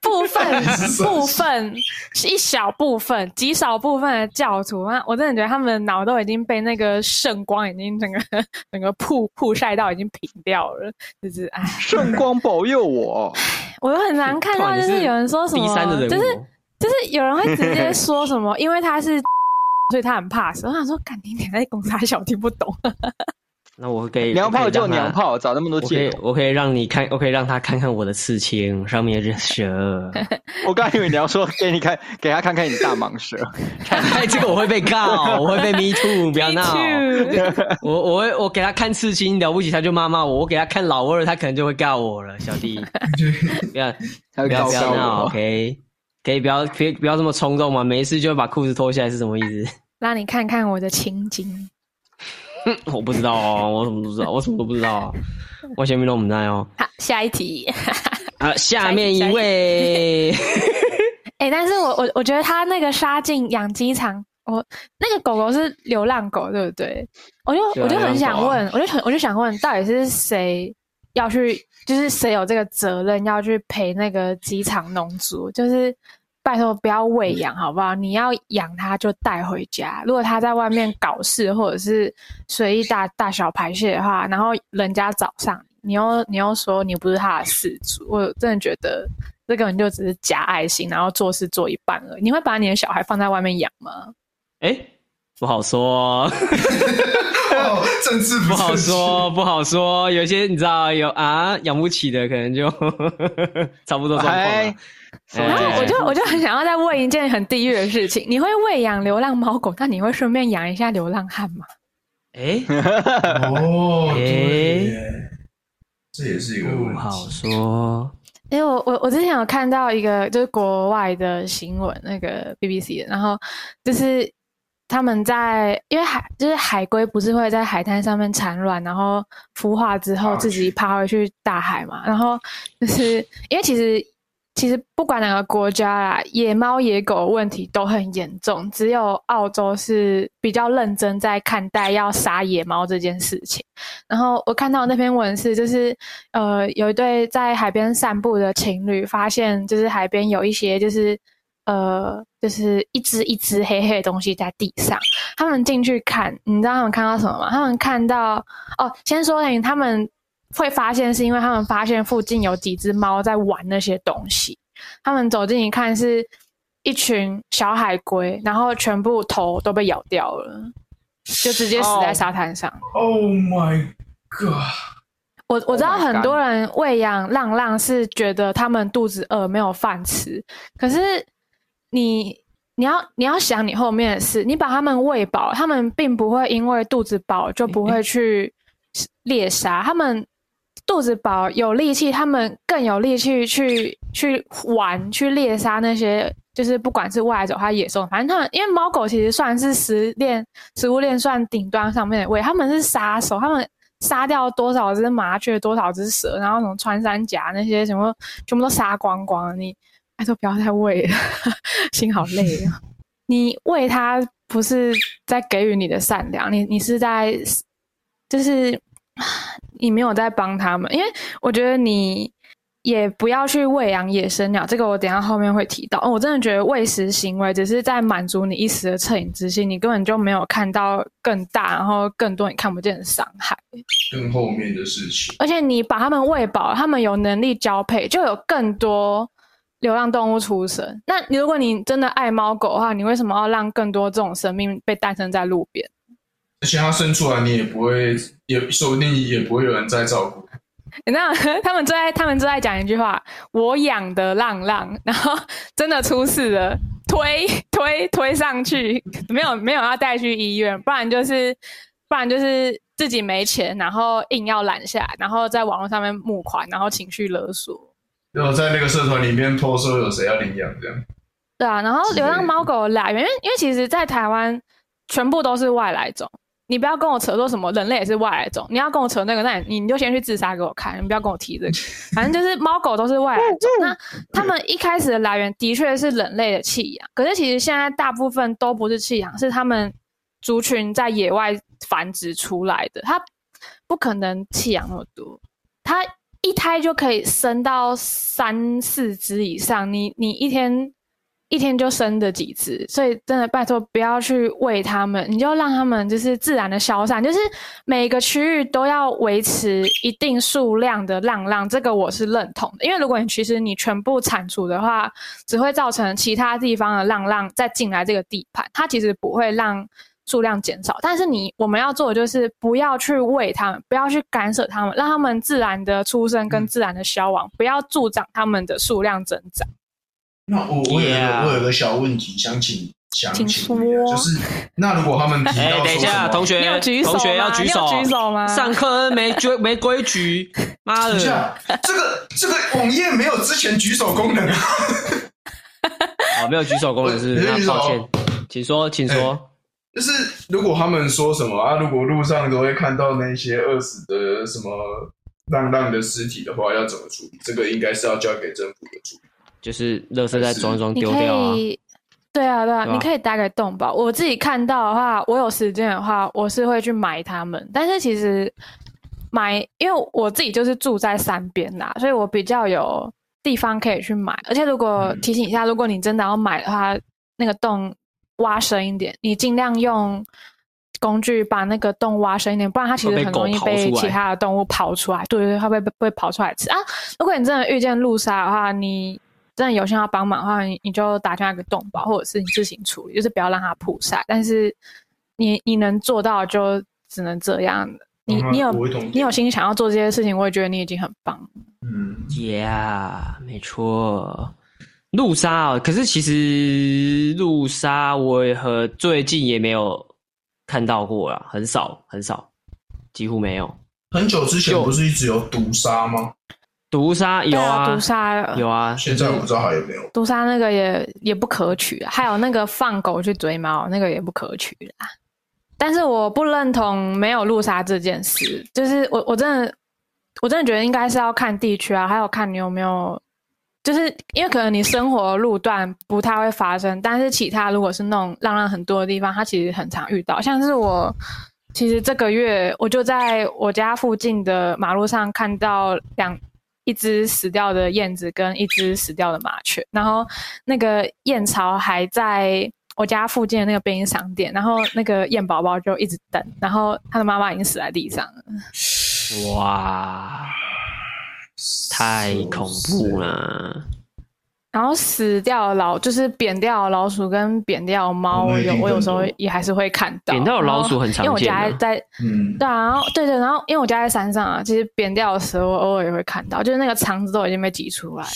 Speaker 4: 部 分
Speaker 2: 你是说
Speaker 4: 部分是一小部分极少部分的教徒啊，我真的觉得他们的脑都已经被那个圣光已经整个 整个曝曝晒到已经平掉了，就是哎，
Speaker 3: 圣光保佑我，
Speaker 4: 我很难看到
Speaker 1: 哇
Speaker 4: 就
Speaker 1: 你
Speaker 4: 是有人说什么
Speaker 1: 第三的人物，
Speaker 4: 就是就是有人会直接说什么，因 为他是。所以他很怕死，我想说，赶紧点在公差小听不懂，
Speaker 1: 那我给
Speaker 3: 娘炮就
Speaker 1: 我可以让
Speaker 3: 娘
Speaker 1: 他
Speaker 3: 炮，找那么多
Speaker 1: 我可以
Speaker 3: 借，口。
Speaker 1: 我可以让你看，我可以让他看看我的刺青，上面是 蛇。
Speaker 3: 我刚以为你要说给你看，给他看看你大蟒蛇，
Speaker 1: 哎，这个我会被告，我会被 me too，不要 闹。 我我会我给他看刺青，了不起他就骂骂我；我给他看老二，他可能就会告我了。小 弟，不要
Speaker 3: 他会
Speaker 1: 不要啊
Speaker 3: 告
Speaker 1: 不
Speaker 3: 诉
Speaker 1: 要闹
Speaker 3: 我。
Speaker 1: ，OK？可以不要别不要这么冲动嘛？没事就把裤子脱下来是什么意 思？
Speaker 4: 让你看看我的情景。
Speaker 1: 我不知道哦，我怎么都不知道？我什么都不知道、哦我前面都不在哦。
Speaker 4: 好，下一题。
Speaker 1: 啊，下面一 位，
Speaker 4: 哎、但是我我我觉得他那个杀进养鸡场，我那个狗狗是流浪狗，对不对？我就
Speaker 1: 对啊
Speaker 4: 我就
Speaker 1: 流
Speaker 4: 很
Speaker 1: 浪
Speaker 4: 想
Speaker 1: 狗啊
Speaker 4: 问，我就很我就想问，到底是谁要去，就是谁有这个责任要去陪那个鸡场农族？就是拜托不要喂养好不好？你要养它就带回家，如果它在外面搞事或者是随意大大小排泄的话，然后人家找上你。你又你又说你不是它的事主，我真的觉得这根本就只是假爱心，然后做事做一半而已。你会把你的小孩放在外面养吗？
Speaker 1: 哎、不好说、
Speaker 2: 哦，政治不
Speaker 1: 不好
Speaker 2: 正确，
Speaker 1: 说，不好说。有些你知道有啊，养不起的可能就 差不多状况了
Speaker 3: 哎。，
Speaker 1: 哎
Speaker 4: 然后我就
Speaker 1: 哎
Speaker 4: 我就很想要再问一件很地狱的事情：你会喂养流浪猫狗，那你会顺便养一下流浪汉吗？
Speaker 1: 哎，
Speaker 2: 哦，对
Speaker 1: 诶
Speaker 2: 耶，这也是一个问
Speaker 1: 不
Speaker 2: 题。
Speaker 1: 哦好说。
Speaker 4: 因为我我我之前有看到一个就是国外的新闻，那个 BBC 的，然后就是他们在因为海就是海龟不是会在海滩上面产卵，然后孵化之后
Speaker 2: 啊
Speaker 4: 自己爬回去大海嘛，然后就是因为其实其实不管哪个国家啦，野猫野狗问题都很严重，只有澳洲是比较认真在看待要杀野猫这件事情。然后我看到那篇文是，就是呃，有一对在海边散步的情侣，发现就是海边有一些就是呃，就是一只一只黑黑的东西在地上。他们进去看，你知道他们看到什么吗？他们看到哦，先说明他们会发现是因为他们发现附近有几只猫在玩那些东西。他们走近一看，是一群小海龟，然后全部头都被咬掉了，就直接死在
Speaker 3: 哦
Speaker 4: 沙滩上。
Speaker 2: Oh my god！
Speaker 4: 我我知道
Speaker 3: Oh my
Speaker 4: 很多人喂养浪浪是觉得他们肚子饿没有饭吃，可是你你要你要想你后面的事，你把他们喂饱，他们并不会因为肚子饱就不会去猎杀，他们肚子饱有力气，他们更有力气去去玩去猎杀那些。就是不管是外来种还是野兽，反正他们因为猫狗其实算是食链食物链算顶端上面的位，他们是杀手，他们杀掉多少只麻雀，多少只蛇，然后什么穿山甲那些什么，全部都杀光光了。你拜托不要再喂了， 心好累啊！ 你喂它不是在给予你的善良，你你是在就是你没有在帮他们，因为我觉得你也不要去喂养野生鸟，这个我等一下后面会提到。哦，我真的觉得喂食行为只是在满足你一时的恻隐之心，你根本就没有看到更大，然后更多你看不见的伤害。
Speaker 2: 更后面的事情，
Speaker 4: 而且你把它们喂饱，它们有能力交配，就有更多流浪动物出生。那你如果你真的爱猫狗的话，你为什么要让更多这种生命被诞生在路边？
Speaker 2: 而且它生出来你也不会，也说不定也不会有人再照顾。
Speaker 4: 那他们最爱他们最爱讲一句话：“我养的浪浪。”然后真的出事了，推推推上去，没有没有要带去医院，不然就是不然就是自己没钱，然后硬要揽下，然后在网络上面募款，然后情绪勒索。
Speaker 2: 然后在那个社团里面 po 说有谁要领养这样。
Speaker 4: 对啊，然后
Speaker 2: 之
Speaker 4: 流
Speaker 2: 类
Speaker 4: 浪
Speaker 2: 的嗯
Speaker 4: 猫狗的来源，因为因为其实，在台湾全部都是外来种。你不要跟我扯说什么人类也是外来种，你要跟我扯那个，那你你就先去自杀给我看，你不要跟我 提这个。反正就是猫狗都是外来
Speaker 2: 嗯
Speaker 4: 种，那它们一开始的来源的确是人类的弃养，可是其实现在大部分都不是弃养，是它们族群在野外繁殖出来的，它不可能弃养那么多。它一胎就可以生到三四只以上，你你一天一天就生的几只，所以真的拜托不要去喂它们，你就让它们就是自然的消散，就是每个区域都要维持一定数量的浪浪，这个我是认同的，因为如果你其实你全部铲除的话，只会造成其他地方的浪浪再进来这个地盘，它其实不会让数量减少。但是你我们要做的就是不要去喂它们，不要去干涉它们，让它们自然的出生跟自然的消亡，不要助长它们的数量增长。
Speaker 2: 那我我有一个
Speaker 1: Yeah
Speaker 2: 我有一个小问题，想请想
Speaker 4: 请
Speaker 2: 请你的
Speaker 4: 说
Speaker 2: 就是那如果他们提
Speaker 1: 哎、
Speaker 2: 到
Speaker 1: 等一
Speaker 2: 说什
Speaker 1: 下，
Speaker 2: 么，
Speaker 1: 同学
Speaker 4: 你有，举手吗
Speaker 1: 同学要举手，
Speaker 4: 你有举手吗
Speaker 1: 上课没规没规矩，妈
Speaker 2: 等一
Speaker 1: 的！
Speaker 2: 下，这个这个网页没有之前举手功能啊。
Speaker 1: 哦，没有举手功能是不是？
Speaker 2: 我没有举
Speaker 1: 那
Speaker 2: 手
Speaker 1: 抱歉，请说，请
Speaker 4: 哎
Speaker 1: 说。
Speaker 2: 就是如果他们说什么啊，如果路上都会看到那些饿死的什么浪浪的尸体的话，要怎么处理？这个应该是要交给政府的处理。
Speaker 1: 就是垃圾再装一装
Speaker 4: 你
Speaker 1: 丢
Speaker 4: 可
Speaker 1: 掉啊。
Speaker 4: 以，对啊，对啊，
Speaker 1: 对吧
Speaker 4: 你可以打给动保。我自己看到的话，我有时间的话，我是会去埋它们。但是其实埋，因为我自己就是住在山边啦，所以我比较有地方可以去埋。而且如果
Speaker 1: 嗯
Speaker 4: 提醒一下，如果你真的要买的话，那个洞挖深一点，你尽量用。工具把那个洞挖深一点，不然它其实
Speaker 1: 会被
Speaker 4: 很
Speaker 1: 狗
Speaker 4: 容易
Speaker 1: 刨
Speaker 4: 被
Speaker 1: 出来
Speaker 4: 其他的动物刨出来。对对对，它会被被刨出来吃啊！如果你真的遇见路杀的话，你真的有心要帮忙的话，你你就打电话给动保，或者是你自行处理，就是不要让它曝晒。但是你你能做到就只能这样。你
Speaker 2: 嗯
Speaker 4: 你有
Speaker 2: 我会同意
Speaker 4: 你有心想要做这些事情，我也觉得你已经很棒了。
Speaker 2: 嗯，
Speaker 1: Yeah，没错。路杀哦，可是其实路杀我也和最近也没有看到过啦，很少很少，几乎没有。
Speaker 2: 很久之前不是一直有毒杀吗？
Speaker 1: 毒杀有
Speaker 4: 对啊，
Speaker 1: 啊
Speaker 4: 毒，杀
Speaker 1: 有啊，
Speaker 2: 现在我不知道还有没有。
Speaker 4: 毒杀那个也也不可取啊，还有那个放狗去追猫那个也不可取啦。但是我不认同没有路杀这件事，就是我我真的我真的觉得应该是要看地区啊，还有看你有没有，就是因为可能你生活路段不太会发生，但是其他如果是那种浪浪很多的地方，它其实很常遇到，像是我。其实这个月我就在我家附近的马路上看到两一只死掉的燕子跟一只死掉的麻雀，然后那个燕巢还在我家附近的那个便利商店，然后那个燕宝宝就一直等，然后它的妈妈已经死在地上了。
Speaker 1: 哇，太恐怖了！
Speaker 4: 然后死掉的老就是扁掉的老鼠跟扁掉的
Speaker 2: 哦
Speaker 4: 猫，
Speaker 2: 那
Speaker 4: 我
Speaker 2: 一定
Speaker 4: 有我有时候
Speaker 2: 更多
Speaker 4: 也还是会看到
Speaker 1: 扁掉的老鼠很常见啊
Speaker 4: 然后因为我家在
Speaker 2: 嗯，
Speaker 4: 对啊，然后对对，然后因为我家在山上啊，其实扁掉的蛇我偶尔也会看到，就是那个肠子都已经被挤出来了。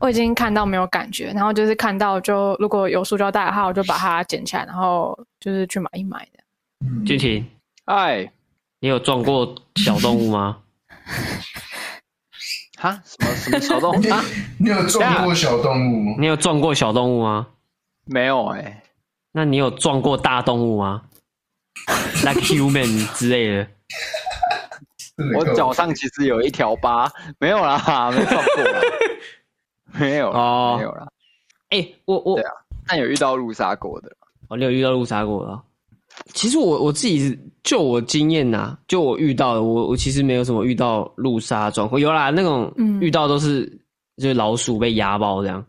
Speaker 4: 我已经看到没有感觉，然后就是看到就如果有塑胶袋的话，我就把它捡起来，然后就是去买一买的。
Speaker 1: 俊
Speaker 2: 嗯
Speaker 1: 廷，
Speaker 3: 哎，
Speaker 1: 你有撞过小动物 吗？
Speaker 3: 哈，什么什么小动 物
Speaker 2: 你
Speaker 3: 啊？
Speaker 2: 你有撞过小动物吗？
Speaker 1: 你有撞过小动物吗？
Speaker 3: 没有哎、
Speaker 1: 那你有撞过大动物吗？Like human 之类 的？
Speaker 2: 真的
Speaker 3: 我
Speaker 2: 够
Speaker 3: 脚上其实有一条疤， 没有啦，没撞过 啦，没有
Speaker 1: 哦
Speaker 3: 啦，没有啦，
Speaker 1: 哎、我我
Speaker 3: 对啊但有遇到路杀过的，
Speaker 1: 哦，你有遇到路杀过了？其实我我自己是就我经验呐、就我遇到的，我我其实没有什么遇到路杀的状况，有啦，那种
Speaker 4: 嗯
Speaker 1: 遇到都是、就是老鼠被压爆这样。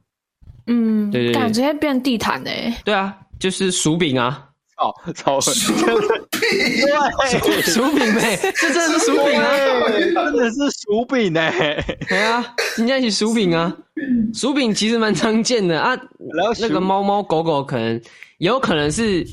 Speaker 4: 嗯，
Speaker 1: 对对对
Speaker 4: 感觉变地毯哎、
Speaker 1: 对啊，就是薯饼啊，
Speaker 3: 哦，超恶心， 对，
Speaker 1: 薯饼呗、这真的是薯饼啊，
Speaker 3: 对，真的是薯饼哎、
Speaker 1: 对啊，人家起薯饼啊， 薯饼其实蛮常见的啊，
Speaker 3: 然后
Speaker 1: 那个猫猫狗狗可能也有可能是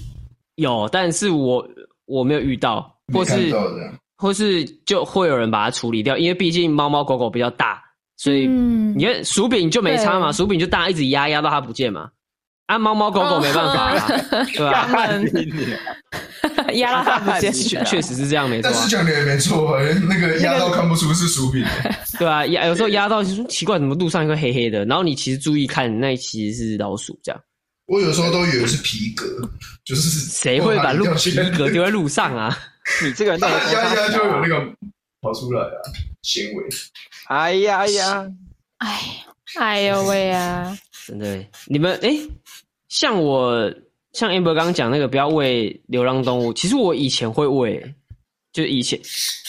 Speaker 1: 有，但是我我没有遇到，
Speaker 2: 没
Speaker 1: 或
Speaker 2: 看
Speaker 1: 是啊
Speaker 2: 到的。
Speaker 1: 或是就会有人把它处理掉，因为毕竟猫猫狗狗比较大，所以
Speaker 4: 嗯
Speaker 1: 你，看薯饼就没差嘛，
Speaker 4: 对
Speaker 1: 薯饼就大家一直压压到
Speaker 4: 哦
Speaker 1: 它不见嘛，啊猫猫狗狗没办法啦，对吧、
Speaker 3: 干
Speaker 1: 啊？
Speaker 3: 你娘
Speaker 4: 压到看不见
Speaker 1: 确 确实是这样，没错、
Speaker 2: 但
Speaker 1: 啊。
Speaker 2: 是讲的也没错、欸，那个压到看不出是薯饼、欸，
Speaker 1: 对啊，压有时候压到就是奇怪，怎么路上一个黑黑的，然后你其实注意看，那其实是老鼠这样。
Speaker 2: 我有时候都以为是皮革，就是
Speaker 1: 谁会把路
Speaker 2: 掉
Speaker 1: 皮
Speaker 2: 下来
Speaker 1: 革丢在路上啊？
Speaker 3: 你这个 人到底在
Speaker 2: 压
Speaker 3: 干
Speaker 2: 一
Speaker 3: 嘛
Speaker 2: 压就会有那个跑出来啊，纤维。
Speaker 3: 哎呀哎呀，
Speaker 4: 哎，哎呦喂啊！
Speaker 1: 真的，你们哎、像我像 amber 刚刚讲那个，不要喂流浪动物。其实我以前会喂，就以前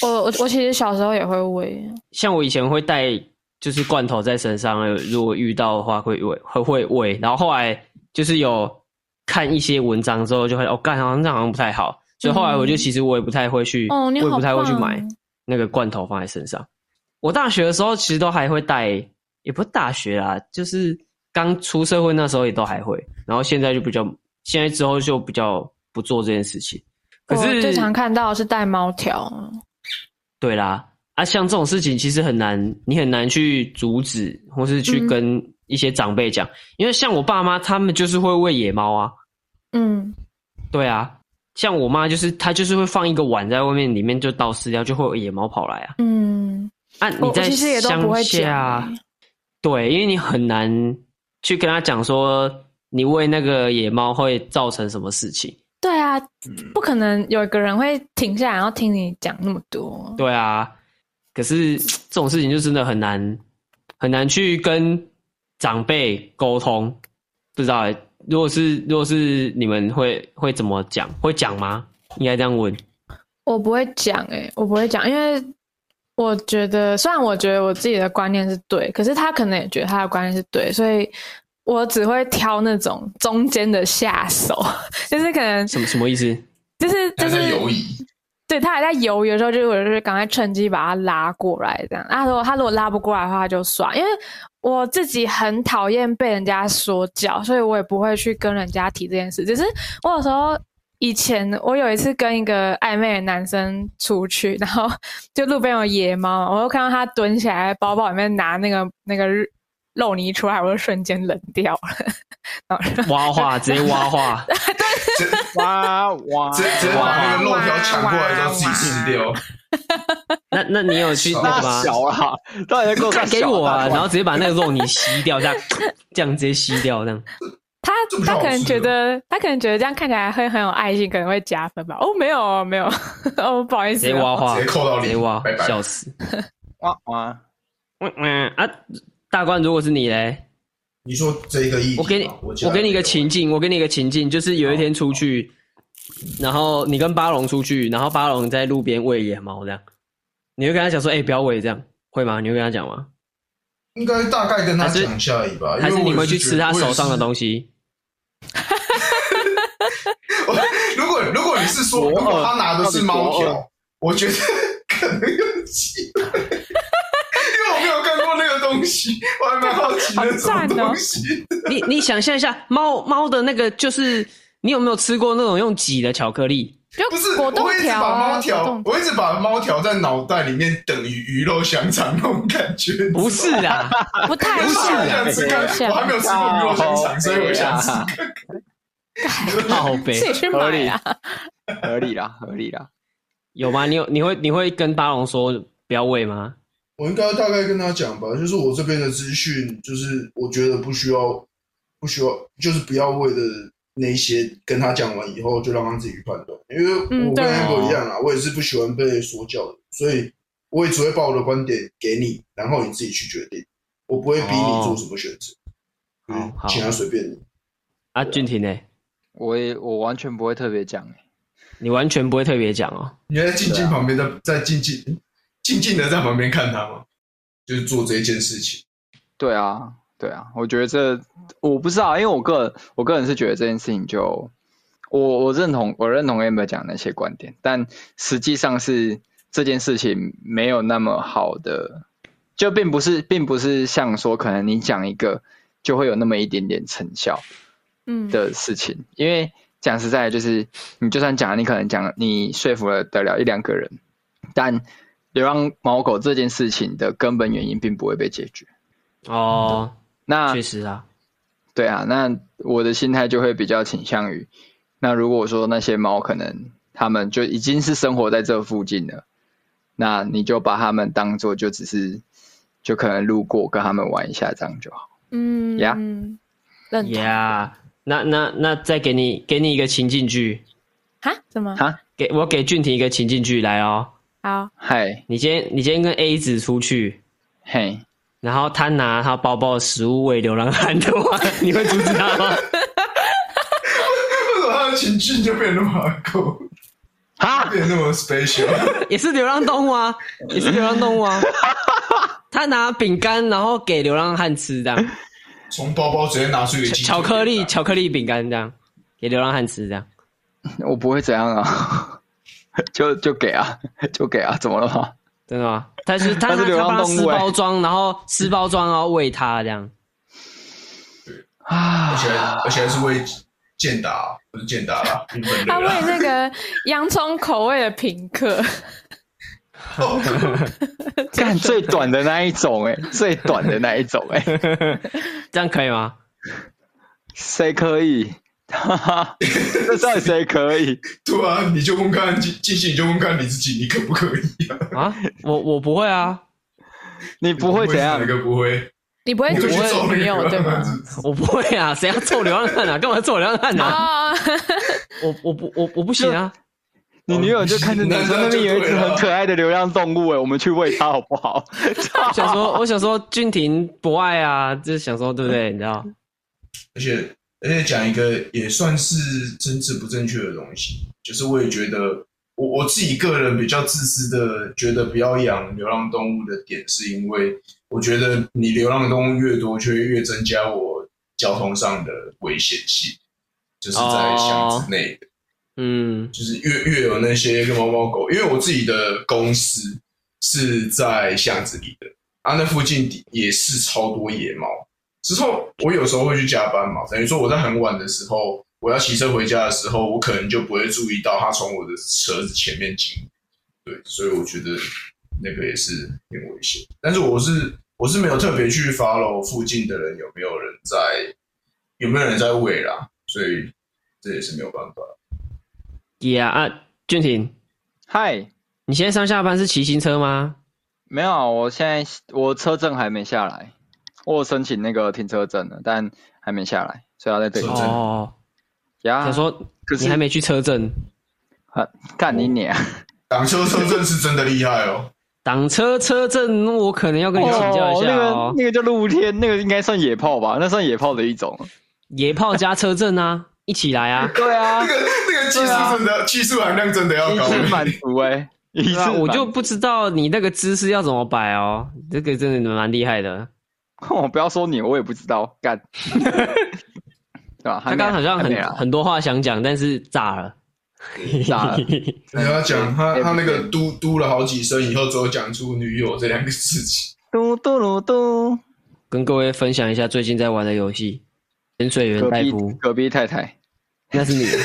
Speaker 4: 我我我其实小时候也会喂，
Speaker 1: 像我以前会带就是罐头在身上，呃如果遇到的话会喂，会会喂。然后后来就是有看一些文章之后，就会哦，干好像这样好像不太好，所以后来我就其实我也不太会去，
Speaker 4: 嗯哦你
Speaker 1: 我也
Speaker 4: 好
Speaker 1: 不太会去
Speaker 4: 棒
Speaker 1: 买那个罐头放在身上。我大学的时候其实都还会带，也不是大学啊，就是刚出社会那时候也都还会，然后现在就比较，现在之后就比较不做这件事情。可
Speaker 4: 我
Speaker 1: 是
Speaker 4: 哦最常看到的是带猫条，
Speaker 1: 对啦，啊，像这种事情其实很难，你很难去阻止，或是去
Speaker 4: 嗯
Speaker 1: 跟一些长辈讲，因为像我爸妈他们就是会喂野猫啊，
Speaker 4: 嗯，
Speaker 1: 对啊，像我妈就是她就是会放一个碗在外面，里面就倒饲料，就会有野猫跑来啊。
Speaker 4: 嗯，
Speaker 1: 啊，
Speaker 4: 我
Speaker 1: 你
Speaker 4: 我
Speaker 1: 在
Speaker 4: 其实也都不会
Speaker 1: 乡
Speaker 4: 讲、欸
Speaker 1: 下，对，因为你很难去跟他讲说你喂那个野猫会造成什么事情。
Speaker 4: 对啊，
Speaker 1: 嗯
Speaker 4: 不可能有一个人会停下来，然后听你讲那么多。
Speaker 1: 对啊，可是这种事情就真的很难很难去跟长辈沟通，不知道欸、如果是如果是你们会会怎么讲？会讲吗？应该这样问。
Speaker 4: 我不会讲诶、我不会讲，因为我觉得虽然我觉得我自己的观念是对，可是他可能也觉得他的观念是对，所以我只会挑那种中间的下手， 就是可能
Speaker 1: 什么什么意思？
Speaker 4: 就是就
Speaker 2: 还在
Speaker 4: 是
Speaker 2: 犹疑，
Speaker 4: 对他还在犹豫的时候，就是我就是赶快趁机把他拉过来，这样。啊，如果他如果拉不过来的话，他就算。因为我自己很讨厌被人家说教，所以我也不会去跟人家提这件事。只是我有时候以前，我有一次跟一个暧昧的男生出去，然后 就路边有野猫嘛，我就看到他蹲下来，包包里面拿那个那个肉泥出来，我就瞬间冷掉了。 然后就
Speaker 1: 挖话，直接挖话。
Speaker 2: 直
Speaker 3: 哇哇
Speaker 2: 直直接把那个肉条抢过来之后自己
Speaker 4: 哇
Speaker 2: 吃掉。
Speaker 1: 那那你有去那
Speaker 3: 那
Speaker 1: 个吗？
Speaker 3: 小啊，到底在够
Speaker 1: 给我啊，然
Speaker 3: 后
Speaker 1: 后直接把那个肉你吸掉，这样这样直接吸掉，这样
Speaker 4: 他
Speaker 2: 这不是
Speaker 4: 他
Speaker 2: 好
Speaker 4: 可能
Speaker 2: 事哦
Speaker 4: 觉
Speaker 2: 吗
Speaker 4: 得他可能觉得这样看起来会很有爱心，可能会加分吧。哦，没有哦没有， 哦不好意
Speaker 1: 直
Speaker 4: 思
Speaker 1: 接
Speaker 4: 哦，
Speaker 1: 挖话，
Speaker 2: 直接扣到
Speaker 1: 直
Speaker 2: 零
Speaker 1: 接挖
Speaker 2: 拜，拜
Speaker 1: 笑死。
Speaker 3: 哇哇，
Speaker 1: 嗯嗯啊，大官，如果是你嘞，
Speaker 2: 你说这个意义吗，
Speaker 1: 我给你，
Speaker 2: 家
Speaker 1: 我给你一个情境，我给你一个情境，就是有一天出去，然后你跟巴龙出去，然后巴龙在路边喂野猫这样，你会跟他讲说，哎、不要喂这样，会吗？你会跟他讲吗？
Speaker 2: 应该大概跟他
Speaker 1: 还是
Speaker 2: 讲一下而已吧，
Speaker 1: 还
Speaker 2: 啊因
Speaker 1: 是
Speaker 2: 为我
Speaker 1: 你
Speaker 2: 也
Speaker 1: 会去
Speaker 2: 是
Speaker 1: 吃他手上的
Speaker 2: 西。
Speaker 1: 东西？
Speaker 2: 我如果如果你是说，
Speaker 3: 国
Speaker 2: 如
Speaker 3: 二
Speaker 2: 果他拿的是猫
Speaker 3: 到底国
Speaker 2: 条，我觉得 可能有机会，因为我没有看过那个东西，我还蛮好奇那是什么
Speaker 1: 哦
Speaker 2: 东西。
Speaker 1: 你你想象一下，猫猫的那个就是，你有没有吃过那种用挤的巧克力？
Speaker 4: 就
Speaker 2: 不是，
Speaker 4: 果
Speaker 2: 我
Speaker 4: 冻
Speaker 2: 会一直
Speaker 4: 条
Speaker 2: 把
Speaker 4: 啊，
Speaker 2: 猫
Speaker 4: 果
Speaker 2: 条
Speaker 4: 冻，
Speaker 2: 我一直把猫条在脑袋里面等于鱼肉香肠那种感觉。
Speaker 1: 不是 啦，
Speaker 4: 不太
Speaker 2: 不是，
Speaker 4: 像，
Speaker 2: 我想
Speaker 4: 不
Speaker 2: 吃
Speaker 4: 太
Speaker 2: 看，我还
Speaker 4: 像
Speaker 2: 没，有吃过鱼 肉香肠，所以我
Speaker 3: 哎
Speaker 2: 想吃。
Speaker 1: 靠
Speaker 4: 自己
Speaker 1: 北
Speaker 4: 去
Speaker 3: 合
Speaker 4: 买
Speaker 3: 理
Speaker 4: 啊。
Speaker 3: 合理啦合理啦，
Speaker 1: 有吗？你有你会你会跟巴龙说不要喂吗？
Speaker 2: 我应该大概跟他讲吧，就是我这边的资讯，就是我觉得不需要，不需要，就是不要为了那些跟他讲完以后就让他自己去判断，因为
Speaker 4: 嗯
Speaker 2: 我
Speaker 4: 对
Speaker 2: 跟 Amber 一样啊，我也是不喜欢被说教的，所以我也只会把我的观点给你，然后你自己去决定，我不会逼你做什么选择，
Speaker 1: 哦
Speaker 2: 嗯
Speaker 1: 好
Speaker 2: 请他随便你。
Speaker 1: 啊，俊廷呢？
Speaker 3: 我也我完全不会特别讲欸
Speaker 1: 你完全不会特别讲哦。
Speaker 2: 你在静静旁边，在在静静静静的在旁边看他吗？就是做这件事情，
Speaker 3: 对啊，对啊，我觉得这我不知道，因为我个我个人是觉得这件事情就我我认同我认同 Amber 讲的那些观点，但实际上是这件事情没有那么好的，就并不是并不是像说可能你讲一个就会有那么一点点成效，
Speaker 4: 嗯，
Speaker 3: 的事情，因为讲实在的，就是你就算讲，你可能讲你说服了得了一两个人，但流浪猫狗这件事情的根本原因并不会被解决。
Speaker 1: 哦，
Speaker 2: 嗯
Speaker 3: 那
Speaker 1: 确实啊，
Speaker 3: 对啊，那我的心态就会比较倾向于，那如果说那些猫可能他们就已经是生活在这附近了，那你就把他们当做就只是就可能路过跟他们玩一下这样就好。
Speaker 4: 嗯
Speaker 3: Yeah
Speaker 4: 嗯，认同
Speaker 1: 呀、yeah,，那那那再给你给你一个情境剧，
Speaker 4: 哈？怎么？
Speaker 3: 哈，
Speaker 1: 给我给俊廷一个情境剧来哦。
Speaker 4: 好，
Speaker 3: 嗨
Speaker 1: 你今天你今天跟 A 子出去，
Speaker 3: 嘿，
Speaker 1: 然后他拿他包包的食物喂流浪汉的话，你会阻止他吗？
Speaker 2: 为什么他的情绪就变得那么好酷，
Speaker 3: 哈，
Speaker 2: 变得那么 special？
Speaker 1: 也是流浪动物啊，也是流浪动物 啊。他拿饼干，然后给流浪汉吃， 这样
Speaker 2: 从包包直接拿出一个鸡腿
Speaker 1: 巧克力
Speaker 2: 给他
Speaker 1: 巧克力饼干这样给流浪汉吃，这样
Speaker 3: 我不会怎样啊， 就就给啊， 就给啊，怎么了吗？
Speaker 1: 真的吗？他是 他
Speaker 3: 他是
Speaker 1: 拿
Speaker 3: 流
Speaker 1: 他帮
Speaker 3: 浪
Speaker 1: 他
Speaker 3: 动物
Speaker 1: 撕
Speaker 3: 欸
Speaker 1: 包装，然后撕包装，然后喂他这样。
Speaker 3: 啊
Speaker 2: 而，且而且还是为健达，不是健达啦，缤纷
Speaker 4: 他
Speaker 2: 乐
Speaker 4: 喂
Speaker 2: 啦。
Speaker 4: 那个洋葱口味的品客，
Speaker 2: 哦
Speaker 3: 干最短的那一种哎、最短的那一种哎、
Speaker 1: 这样可以吗？
Speaker 3: 谁可以？ 哈哈，这到底谁可以？
Speaker 2: 对啊，你就问看，进进行你就问看你自己，你可不可以啊？
Speaker 1: 啊，我我不会啊，
Speaker 3: 你不会怎样
Speaker 2: 哪？个不会？
Speaker 4: 你不会
Speaker 2: 你
Speaker 4: 煮
Speaker 2: 会去揍
Speaker 4: 我女
Speaker 2: 那
Speaker 4: 友
Speaker 2: 个
Speaker 4: 对吗？
Speaker 1: 我不会啊，谁要揍流浪汉 啊？干嘛揍流浪汉啊？
Speaker 4: 哦，
Speaker 1: 我我不我我不行啊！
Speaker 3: 你女友就看着你说哦那边有一只很可爱的流浪动物哎、我们去喂它好不 好？
Speaker 1: 我想说我想说俊廷博爱啊，就是想说对不对？你知道？
Speaker 2: 而且而且讲一个也算是政治不正确的东西，就是我也觉得我我自己个人比较自私的，觉得不要养流浪动物的点，是因为我觉得你流浪动物越多，就会越增加我交通上的危险性，就是在巷子内的
Speaker 1: 嗯
Speaker 2: 就是越越有那些猫猫狗，因为我自己的公司是在巷子里的，啊，那附近也是超多野猫。之后我有时候会去加班嘛，等于说我在很晚的时候，我要骑车回家的时候，我可能就不会注意到它从我的车子前面经过。对，所以我觉得那个也是很危险。但是我是我是没有特别去 follow 附近的人有没有人在有没有人在喂啦，所以这也是没有办法。
Speaker 1: ，Yeah 啊，俊廷，
Speaker 3: 嗨，
Speaker 1: 你现在上下班是骑行车吗？
Speaker 3: 没有啊，我现在我车证还没下来，我有申请那个停车证了，但还没下来，所以要在这里
Speaker 2: 车证
Speaker 1: 哦，
Speaker 3: 呀。
Speaker 1: 想说
Speaker 3: 可是
Speaker 1: 你还没去车震，
Speaker 3: 啊干你娘！
Speaker 2: 挡车车阵是真的厉害哦，
Speaker 1: 挡车车震，那我可能要跟你请教一下
Speaker 3: 那
Speaker 1: 哦
Speaker 3: 个。那个叫露天，那个应该算野炮吧？那算野炮的一种。
Speaker 1: 野炮加车震啊，一起来啊！
Speaker 3: 对啊，
Speaker 2: 那个那个技
Speaker 3: 对啊
Speaker 2: 术真的、技术含量真的要
Speaker 3: 一
Speaker 2: 高。
Speaker 3: 次满足哎， 一
Speaker 1: 对
Speaker 3: 次
Speaker 1: 啊，我就
Speaker 3: 满
Speaker 1: 不知道你那个姿势要怎么摆哦，这个真的蛮厉害的。
Speaker 3: 足我不要说你，我也不知道 干。对吧？
Speaker 1: 他刚刚好像
Speaker 3: 还没
Speaker 1: 很
Speaker 3: 啊
Speaker 1: 很多话想讲，但是炸了，
Speaker 3: 炸了
Speaker 2: 你要讲他
Speaker 3: 哎
Speaker 2: 他那个嘟嘟了好几声以后，只有讲出女友这两个字情。
Speaker 3: 嘟嘟噜嘟，
Speaker 1: 跟各位分享一下最近在玩的游戏《潜水员
Speaker 3: 隔
Speaker 1: 戴
Speaker 3: 壁
Speaker 1: 夫》，
Speaker 3: 隔壁太太，
Speaker 1: 那是你，啊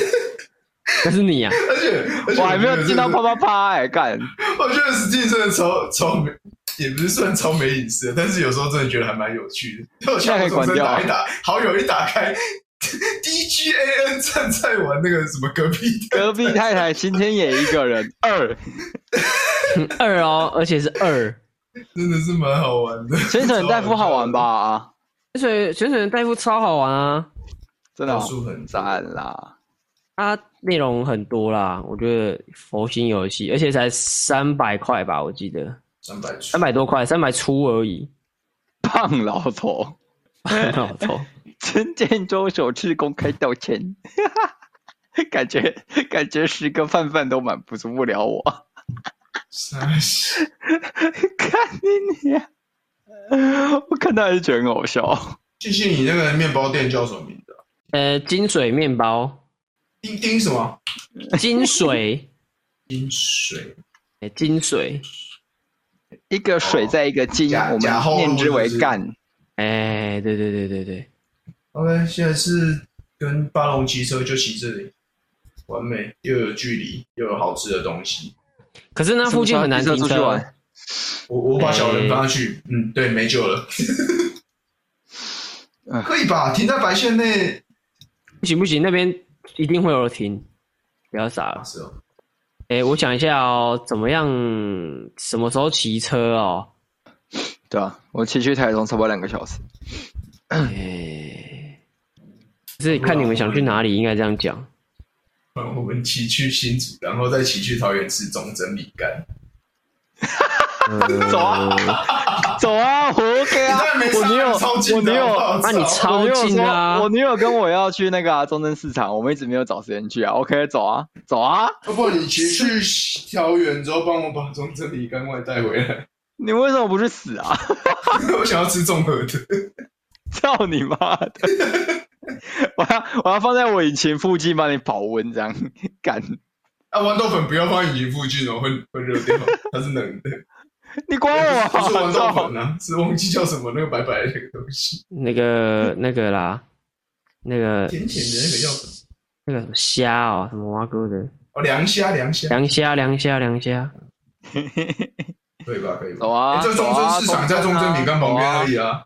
Speaker 1: 那是你啊！
Speaker 2: 而且 而且
Speaker 3: 我还没有进到
Speaker 2: 泡
Speaker 3: 啪啪啪哎干，
Speaker 2: 我觉得 Steam 真的超超没，也不是算超没隐私的，但是有时候真的觉得还蛮有趣的。我
Speaker 3: 现在
Speaker 2: 像
Speaker 3: 可
Speaker 2: 我
Speaker 3: 以关
Speaker 2: 总是
Speaker 3: 掉啊
Speaker 2: 打一打，好友一打开，DGAN 正在玩那个什么隔壁的，
Speaker 3: 隔壁太太今天也一 个人二，
Speaker 1: 二哦，而且是二。
Speaker 2: 真的是蛮好玩的。
Speaker 3: 潜水大夫好玩吧？啊
Speaker 1: 潜水潜水员戴夫超好玩啊！
Speaker 3: 真的哦
Speaker 2: 超
Speaker 3: 好
Speaker 2: 好玩？技术很赞。
Speaker 3: 赞啦！
Speaker 1: 它内容很多啦，我觉得佛心游戏，而且才三百块吧，我记得
Speaker 2: 三百出
Speaker 1: 三百多块，三百出而 已，
Speaker 3: 胖老头，
Speaker 1: 很好抽。
Speaker 3: 陈建州首次公开道歉， 感觉感觉十个范范都满足不了我，
Speaker 2: 三十。
Speaker 3: 看你娘！我看到还是觉得很好笑。
Speaker 2: 静静，你那个面包店叫什么名字、啊？
Speaker 1: 呃，金水面包，
Speaker 2: 丁丁什么？
Speaker 1: 金 水，
Speaker 2: 金水
Speaker 1: 哎金水，
Speaker 3: 一个水在一个金，
Speaker 2: 假
Speaker 3: 我
Speaker 2: 假
Speaker 3: 们
Speaker 2: 后
Speaker 3: 念
Speaker 2: 路
Speaker 3: 之
Speaker 2: 是不
Speaker 3: 为
Speaker 2: 是
Speaker 3: 干。
Speaker 1: 哎，对对对对对，
Speaker 2: ？OK，现在是跟巴龙骑车就骑这里，完美，又有距离，又有好吃的东西。
Speaker 1: 可是那附近很难停
Speaker 3: 出去
Speaker 1: 车
Speaker 3: 玩。。
Speaker 2: 我我把小人
Speaker 1: 哎
Speaker 2: 搬上去，嗯，对，没救 了
Speaker 3: 嗯。
Speaker 2: 可以吧？停在白线内，
Speaker 1: 不行不行，那边一定会有人停，不要傻了。
Speaker 2: 是哦。
Speaker 1: 诶，我想一下哦，怎么样？什么时候骑车 哦？
Speaker 3: 对啊，我骑去台中差不多两个小时。
Speaker 1: 诶，是看你们想去哪里，应该这样讲。
Speaker 2: 然后我们骑去新竹，然后再骑去桃园吃中蒸米干。
Speaker 3: 走啊， 走啊，我 OK 啊
Speaker 2: 但没，
Speaker 3: 我女
Speaker 2: 上
Speaker 3: 友
Speaker 2: 超，近
Speaker 3: 我
Speaker 2: 的
Speaker 3: 女
Speaker 2: 好不
Speaker 3: 友
Speaker 2: 好。
Speaker 1: 那你超近啊
Speaker 3: 我！女友跟我要去那个、啊、中正市场，我们一直没有找时间去啊。OK，走啊，走啊！
Speaker 2: 要不然你骑去桃园之后，帮我把中蒸米干外带回来。
Speaker 3: 你为什么不去死啊？
Speaker 2: 我想要吃综合的。
Speaker 3: 操你妈的！我要我要放在我引擎附近帮你保温，这样干。
Speaker 2: 啊，豌豆粉不要放在引擎附近哦，会会热掉，它是冷的。
Speaker 3: 你管我、啊！
Speaker 2: 不是豌豆
Speaker 3: 操
Speaker 2: 粉啊，是忘记叫什么那个白白的那个东西，
Speaker 1: 那
Speaker 3: 嗯
Speaker 1: 个那个啦，那个
Speaker 2: 甜甜的那个叫什么？
Speaker 1: 那个什么虾哦，什么蛙哥的
Speaker 2: 哦，凉虾，凉虾，
Speaker 1: 凉虾，凉虾，凉虾。
Speaker 2: 对吧？可以吧？哎
Speaker 3: 走啊
Speaker 2: 诶这中
Speaker 3: 走啊
Speaker 2: 正市场在中正米干旁边而已啊。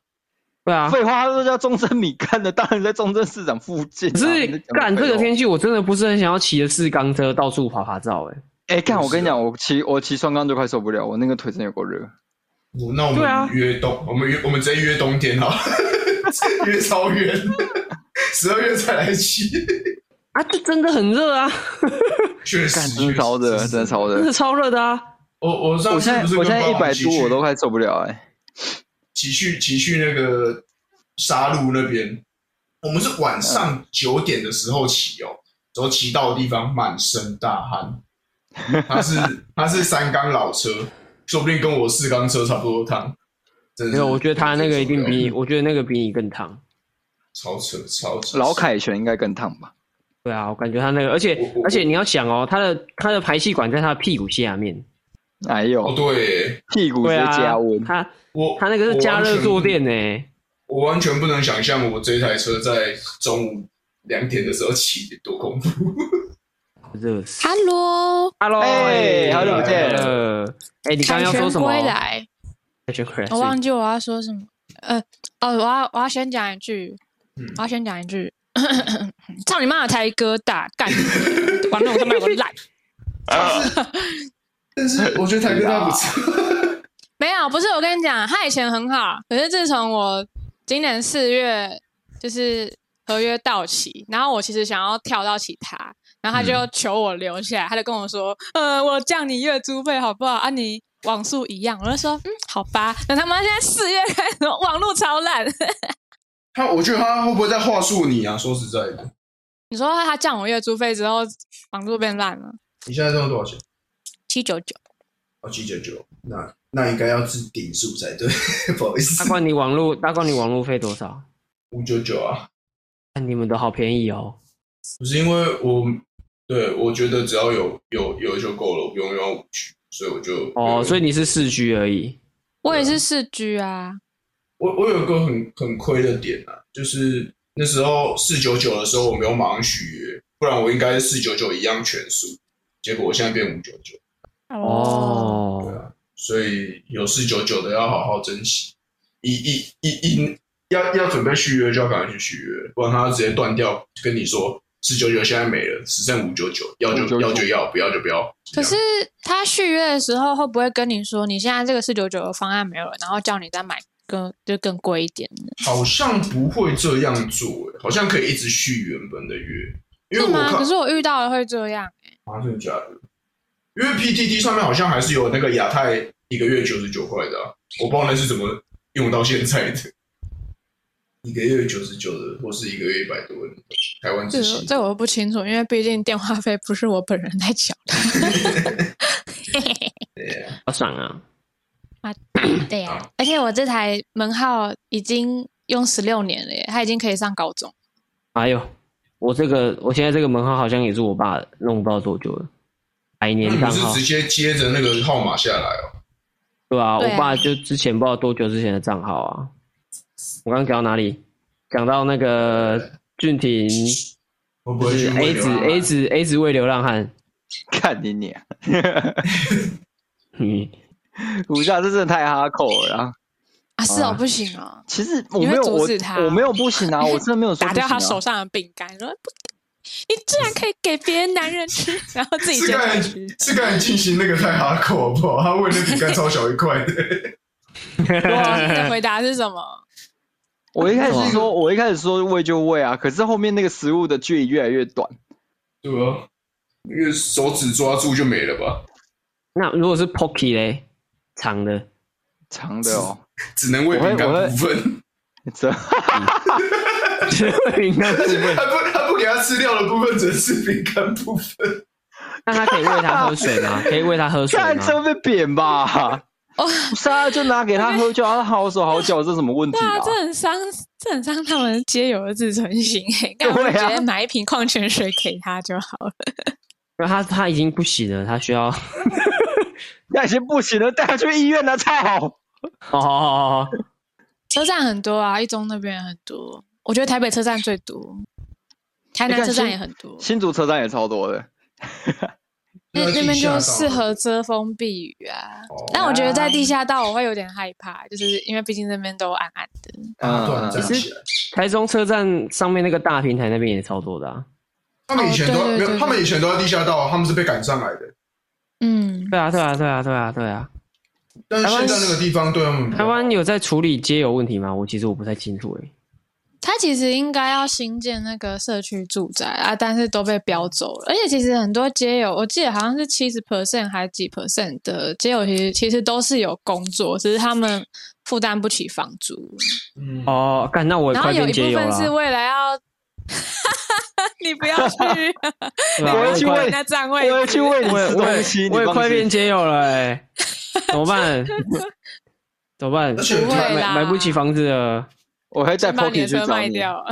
Speaker 1: 对啊，
Speaker 3: 废话，他说叫中正米干的，当然在中正市场附近、啊。
Speaker 1: 可
Speaker 3: 你在
Speaker 1: 是
Speaker 3: 讲
Speaker 1: 干
Speaker 3: 废
Speaker 1: 这个
Speaker 3: 话
Speaker 1: 天气，我真的不是很想要骑着四缸车到处爬爬照哎、
Speaker 3: 哎、干！
Speaker 2: 不
Speaker 3: 我跟你
Speaker 2: 是啊
Speaker 3: 讲，我骑我骑双缸都快受不了，我那个腿真的有够热。
Speaker 2: 我那我
Speaker 1: 对啊
Speaker 2: 们约冬，我们约我们直接约冬天好了， 约超远，十二月再来骑。
Speaker 1: 啊，这真的很热啊，
Speaker 2: 确
Speaker 3: 干，
Speaker 2: 实，
Speaker 3: 真的超热，真的
Speaker 2: 的。
Speaker 3: 超
Speaker 1: 真
Speaker 3: 热
Speaker 1: 的。超热的啊！
Speaker 2: 我我上
Speaker 3: 我
Speaker 2: 次
Speaker 3: 现在
Speaker 2: 不是
Speaker 3: 我
Speaker 2: 跟
Speaker 3: 现在
Speaker 2: 爸
Speaker 3: 一
Speaker 2: 爸
Speaker 3: 百
Speaker 2: 骑
Speaker 3: 度
Speaker 2: 去
Speaker 3: 我都快受不了哎、
Speaker 2: 骑去骑去那个沙鹿那边，我们是
Speaker 1: 嗯
Speaker 2: 晚上九点的时候骑哦，然后骑到的地方满身大汗。他是他是三缸老车，说不定跟我四缸车差不多烫。真的
Speaker 1: 没
Speaker 2: 是
Speaker 1: 有，我觉得他那个一定比你，
Speaker 2: 嗯
Speaker 1: 我觉得那个比你更烫。
Speaker 2: 超扯超扯。
Speaker 3: 老凯旋应该更烫吧？
Speaker 1: 对啊，我感觉他那个，而且
Speaker 2: 我我
Speaker 1: 而且你要想哦，他的他的排气管在他的屁股下面，
Speaker 3: 哎
Speaker 2: 哦，
Speaker 3: 呦，
Speaker 2: 对
Speaker 3: 屁股直
Speaker 1: 对
Speaker 3: 接
Speaker 1: 啊
Speaker 3: 加温，，
Speaker 1: 他
Speaker 2: 我
Speaker 1: 他那个是加热坐垫呢、
Speaker 2: 我完全不能想象我这台车在中午两点的时候骑得多恐怖。
Speaker 1: 热死。
Speaker 4: Hello，
Speaker 1: Hello，
Speaker 3: 哎好久
Speaker 2: 不见
Speaker 1: 呃哎，你刚刚要说什么？
Speaker 4: 凯旋归来，
Speaker 1: 凯旋归来，
Speaker 4: 我忘记我要说什么。呃，哦，我要我要先讲一句，我要先讲一句，操你妈的台哥大干，完了我他妈有个烂。
Speaker 2: 但是我觉得台哥他
Speaker 1: 啊
Speaker 2: 不错，
Speaker 4: 没有，不是我跟你讲，他以前很好，可是自从我今年四月就是合约到期，然后我其实想要跳到其他，然后他就求我留下来，他就跟我说，呃，我降你月租费好不好啊？你网速一样，我就说，嗯，好吧。等他妈现在四月开始网络超烂，
Speaker 2: 他我觉得他会不会在话术你啊？说实在的，
Speaker 4: 你说他降我月租费之后，网络变烂了，
Speaker 2: 你现在挣了多少钱？
Speaker 4: 七九九。
Speaker 2: 哦，七九九，那那应该要是顶数才对，不好意
Speaker 1: 大
Speaker 2: 思，
Speaker 1: 冠，你网路大冠，你网路费多少？
Speaker 2: 五九九啊，
Speaker 1: 哎你们的好便宜哦。
Speaker 2: 不是因为我对我觉得只要有有有就够了，我不用用到五 G，所以我就
Speaker 1: 哦，所
Speaker 2: 以
Speaker 1: 以你是四 G 而已。
Speaker 4: 我也是四 G 啊，
Speaker 2: 我我有一个很很亏的点啊，就是那时候四九九的时候我没有马上续约，不然我应该是四九九一样全数，结果我现在变五九九，对
Speaker 4: 哦
Speaker 1: 哦，
Speaker 2: 啊，所以有四九九的要好好珍惜，一一一一要要准备续约就要赶快去续约，不然他直接断掉，跟你说四九九现在没了，只剩五九九，要就
Speaker 3: 599
Speaker 2: 要就要，不要就不要。
Speaker 4: 可是
Speaker 2: 这样
Speaker 4: 他续约的时候会不会跟你说你现在这个四九九的方案没有了，然后叫你再买更就更贵一点的？
Speaker 2: 好像不会这样做、欸，好像可以一直续原本的约，因为我
Speaker 4: 是吗？
Speaker 2: 看
Speaker 4: 可是我遇到了会这样，
Speaker 2: 啊，真的假的？因为 PTT 上面好像还是有那个亚太一个月九十九块的、啊，我不知道那是怎么用到现在的。 一个月九十九的，或是一个月一百多的，台湾
Speaker 4: 这
Speaker 2: 之
Speaker 4: 个
Speaker 2: 星。
Speaker 4: 这我不清楚，因为毕竟电话费不是我本人在缴的。
Speaker 1: 好爽啊！
Speaker 4: 对呀、而且我这台门号已经用十六年了耶，它已经可以上高中。
Speaker 1: 哎呦，我这个我现在这个门号好像也是我爸弄不知道多久了，百
Speaker 2: 那
Speaker 1: 年
Speaker 2: 你
Speaker 1: 账
Speaker 2: 们嗯是
Speaker 1: 号
Speaker 2: 直接接着那个号码下来哦？
Speaker 1: 对啊，
Speaker 4: 对啊
Speaker 1: 我爸就之前不知道多久之前的账号啊。我刚刚讲到哪里？讲到那个俊廷
Speaker 2: 会不
Speaker 1: 就
Speaker 2: 会去
Speaker 1: 是 A
Speaker 2: 问
Speaker 1: 子 A 子 A 子为流浪汉，
Speaker 3: 看你你、啊，
Speaker 1: 嗯，
Speaker 3: 股价这真的太哈口了啊！
Speaker 4: 啊，是哦，
Speaker 3: 啊
Speaker 4: 不行哦，
Speaker 3: 其实我
Speaker 4: 你会
Speaker 3: 没有
Speaker 4: 阻
Speaker 3: 我
Speaker 4: 止他
Speaker 3: 我没有不行啊，我真的没有说 不行
Speaker 4: 打掉
Speaker 3: 啊
Speaker 4: 他手上的饼干，说不你居然可以给别人男人 吃，然后自己
Speaker 2: 是
Speaker 4: 就
Speaker 2: 刚才
Speaker 4: 吃。
Speaker 2: 是刚才进行那个太哈口好不 好？他问那饼干超小一块的，
Speaker 4: 你啊的回答是什么？
Speaker 3: 我一开始
Speaker 2: 啊
Speaker 1: 哇
Speaker 3: 说，我一开始说喂就喂啊，可是后面那个食物的距离越来越短。
Speaker 2: 对吧？那个手指抓住就没了吧？
Speaker 1: 那如果是 Pocky 嘞，长的，
Speaker 3: 长的哦，
Speaker 2: 只能喂饼干
Speaker 3: 我会我会
Speaker 2: 部分，
Speaker 3: 这
Speaker 1: 饼干部分，
Speaker 2: 他不他不给他吃掉的部分，只能吃饼干部分。
Speaker 1: 那他可以喂他喝水吗？可以喂他喝水
Speaker 2: 啊
Speaker 3: 看 这
Speaker 1: 吗？
Speaker 3: 会被扁吧？
Speaker 4: 哇
Speaker 3: 沙拉就拿给他喝，就让他好手好脚，这什么问题
Speaker 4: 对啊，
Speaker 3: 啊？
Speaker 4: 这很伤，这很伤他们街友的自尊心 诶、欸。那我
Speaker 3: 对
Speaker 4: 就
Speaker 3: 啊
Speaker 4: 直接买一瓶矿泉水给他就好了。
Speaker 1: 那他他已经不行了，他需
Speaker 2: 哦
Speaker 1: 要。
Speaker 3: 那已经不行了，带他去医院了，操！
Speaker 1: 哦哦哦
Speaker 4: 车站很多啊，一中那边很多，我觉得台北车站最多，台南
Speaker 3: 你看
Speaker 4: 车站
Speaker 3: 新
Speaker 4: 也很多。
Speaker 3: 新竹车站也超多的，
Speaker 2: 对
Speaker 4: 那
Speaker 2: 啊
Speaker 4: 那边就适。
Speaker 2: 自己吓到了
Speaker 4: 合遮风避雨啊。
Speaker 2: 哦
Speaker 4: 但我觉得在地下道我会有点害怕，就是因为毕竟那边都暗暗的。
Speaker 2: 啊突然站起来，
Speaker 1: 台中车站上面那个大平台那边也超多的、啊。
Speaker 2: 他们以前都
Speaker 4: 哦对对
Speaker 2: 没
Speaker 4: 对
Speaker 2: 有，他们以前都在地下道，他们是被赶上来的。
Speaker 4: 嗯，
Speaker 1: 对啊，对啊，对啊，对啊，对啊。
Speaker 2: 但是
Speaker 1: 台湾
Speaker 2: 现在那个地方对他们比较
Speaker 1: 台湾有在处理街友问题吗？我其实我不太清楚欸诶、
Speaker 4: 它其实应该要新建那个社区住宅啊，但是都被标走了。而且其实很多街友，我记得好像是七十 percent 还几 percent 的街友，其实其实都是有工作，只是他们负担不起房租。
Speaker 2: 嗯
Speaker 1: 哦，干，那我也
Speaker 4: 然后
Speaker 1: 快
Speaker 4: 有
Speaker 1: 变
Speaker 4: 一
Speaker 1: 街
Speaker 4: 部
Speaker 1: 友
Speaker 4: 分是
Speaker 1: 了。啊
Speaker 4: 为了要， 你不要去，
Speaker 1: 对啊
Speaker 3: 我要
Speaker 1: 也
Speaker 3: 去
Speaker 1: 快啊
Speaker 3: 喂
Speaker 4: 那占
Speaker 3: 我
Speaker 4: 位置。
Speaker 3: 要去喂你
Speaker 1: 我也我
Speaker 3: 吃东
Speaker 1: 也
Speaker 3: 西，
Speaker 1: 我
Speaker 3: 你
Speaker 1: 也快
Speaker 3: 放
Speaker 1: 变
Speaker 3: 心。
Speaker 1: 街友了诶、 怎么办？怎么办？
Speaker 2: 而且
Speaker 4: 不会
Speaker 2: 台
Speaker 4: 啦
Speaker 1: 买不起房子了。
Speaker 3: 我会带
Speaker 4: 先把你
Speaker 3: Pocky
Speaker 4: 的
Speaker 3: 去
Speaker 4: 车
Speaker 3: 找
Speaker 4: 卖
Speaker 3: 你。
Speaker 4: 掉。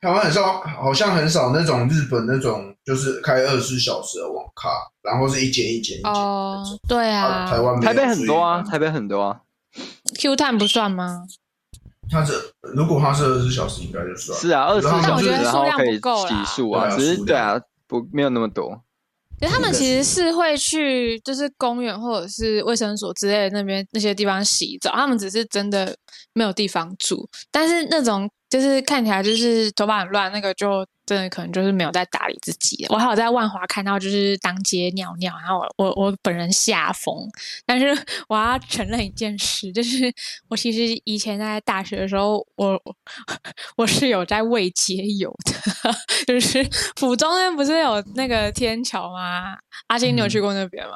Speaker 2: 台湾很少，好像很少那种日本那种，就是开二十四小时的网咖，然后是一间一间一间。
Speaker 4: 哦，对
Speaker 2: 啊，
Speaker 4: 啊
Speaker 2: 台湾没有
Speaker 3: 台北很多啊，
Speaker 2: 所以
Speaker 3: 台北很多啊，
Speaker 4: ，Q 探不算吗？
Speaker 2: 它是如果它是二十四小时，应该就算
Speaker 3: 是啊，二十
Speaker 2: 但
Speaker 3: 小
Speaker 2: 我
Speaker 3: 时
Speaker 2: 觉得
Speaker 3: 然后
Speaker 4: 数量
Speaker 3: 可以
Speaker 4: 不够啦
Speaker 3: 洗数
Speaker 2: 对
Speaker 3: 啊，
Speaker 2: 啊
Speaker 3: 只
Speaker 2: 数
Speaker 3: 是
Speaker 2: 量
Speaker 3: 对啊，不没有那么多。
Speaker 4: 可是他们其实是会去，就是公园或者是卫生所之类的那边那些地方洗澡，他们只是真的没有地方住。但是那种就是看起来就是头发很乱，那个就真的可能就是没有在打理自己。我还有在万华看到就是当街尿尿，然后我我我本人吓疯。但是我要承认一件事，就是我其实以前在大学的时候，我 我是有在喂街友的， 就是府中那边不是有那个天桥吗？阿金，你有去过那边吗？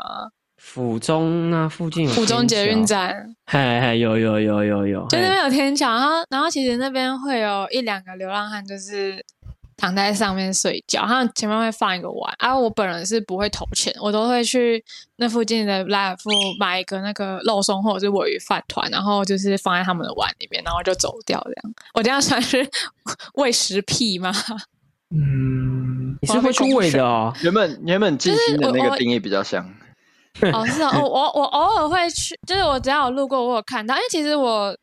Speaker 1: 府中那附嗯近有
Speaker 4: 府中捷运
Speaker 1: 天桥，
Speaker 4: 站，
Speaker 1: 嘿嘿，有有有有有，
Speaker 4: 就
Speaker 1: 嘿
Speaker 4: 那边有天桥，然后然后其实那边会有一两个流浪汉，就是躺在上面睡觉，他们前面会放一个碗。啊，我本人是不会投钱，我都会去那附近的莱尔富买一个那个肉松或者是尾鱼饭团，然后就是放在他们的碗里面，然后就走掉这样。我这样算是 喂食癖吗？
Speaker 2: 嗯，
Speaker 1: 你是会去喂的哦。
Speaker 3: 原本原本静心的
Speaker 4: 就是我
Speaker 3: 那个
Speaker 4: 我
Speaker 3: 定义比较 像，
Speaker 4: 哦，是哦，我我我偶尔会去，就是我只要有路过，我有看到，因为其实我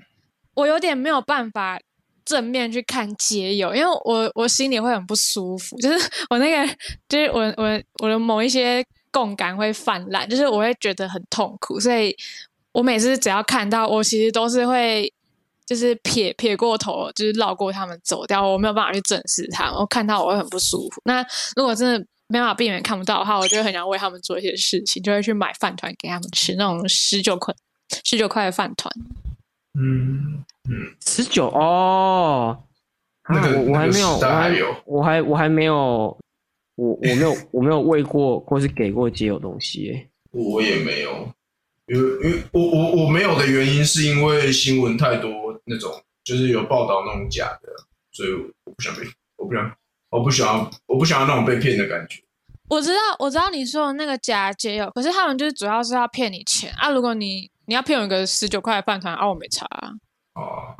Speaker 4: 我有点没有办法正面去看街友，因为我我心里会很不舒服，就是我那个就是我我我的某一些共感会泛滥，就是我会觉得很痛苦，所以我每次只要看到，我其实都是会。就是撇撇过头，就是绕过他们走掉，我没有办法去正视他们。我看到我会很不舒服。那如果真的没办法避免看不到的话，我就会很想为他们做一些事情，就会去买饭团给他们吃，那种十九块十九块的饭团。
Speaker 2: 嗯，
Speaker 1: 十九哦，啊
Speaker 2: 那个
Speaker 1: 我我还没有，
Speaker 2: 那个
Speaker 1: 我
Speaker 2: 时代还
Speaker 1: 还
Speaker 2: 有
Speaker 1: 我还我还没有，我我没有我没有喂过或是给过街友东西耶。
Speaker 2: 我也没有，因为因为我我我没有的原因是因为新闻太多那种，就是有报道那种假的，所以我不想被，我不想，我不想要，我不想要那种被骗的感觉。
Speaker 4: 我知道，我知道你说的那个假街友，可是他们就是主要是要骗你钱啊！如果你你要骗我一个十九块的饭团啊，我没查、啊。
Speaker 2: 哦，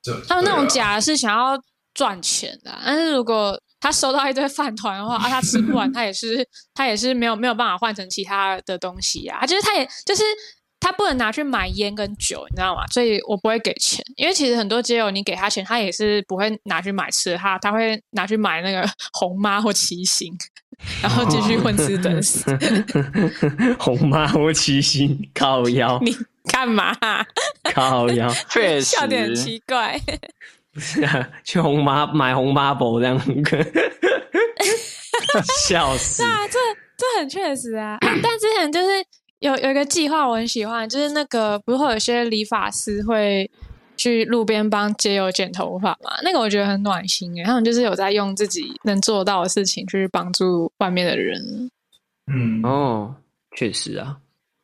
Speaker 2: 这
Speaker 4: 他们那种
Speaker 2: 对啊
Speaker 4: 假的是想要赚钱的啊、但是如果他收到一堆饭团的话， 啊，他吃不完，他也是他也是没有没有办法换成其他的东西啊，就是他也就是他不能拿去买烟跟酒，你知道吗？所以我不会给钱，因为其实很多街友你给他钱，他也是不会拿去买吃的，他他会拿去买那个 红妈或七星，然后继续混吃 等死。
Speaker 1: 红妈我七星靠腰
Speaker 4: 你干嘛啊、
Speaker 1: 靠 腰，
Speaker 3: 确实
Speaker 4: 笑点很奇怪。
Speaker 1: 不是啊，去红妈买红妈宝这样。 笑死
Speaker 4: 对！啊，这这很确实啊。 但之前就是有有一个计划，我很喜欢，就是那个不是会有些理发师会去路边帮街友剪头发嘛？那个我觉得很暖心欸诶，他们就是有在用自己能做到的事情去帮助外面的人，
Speaker 2: 嗯，
Speaker 1: 哦，确实啊，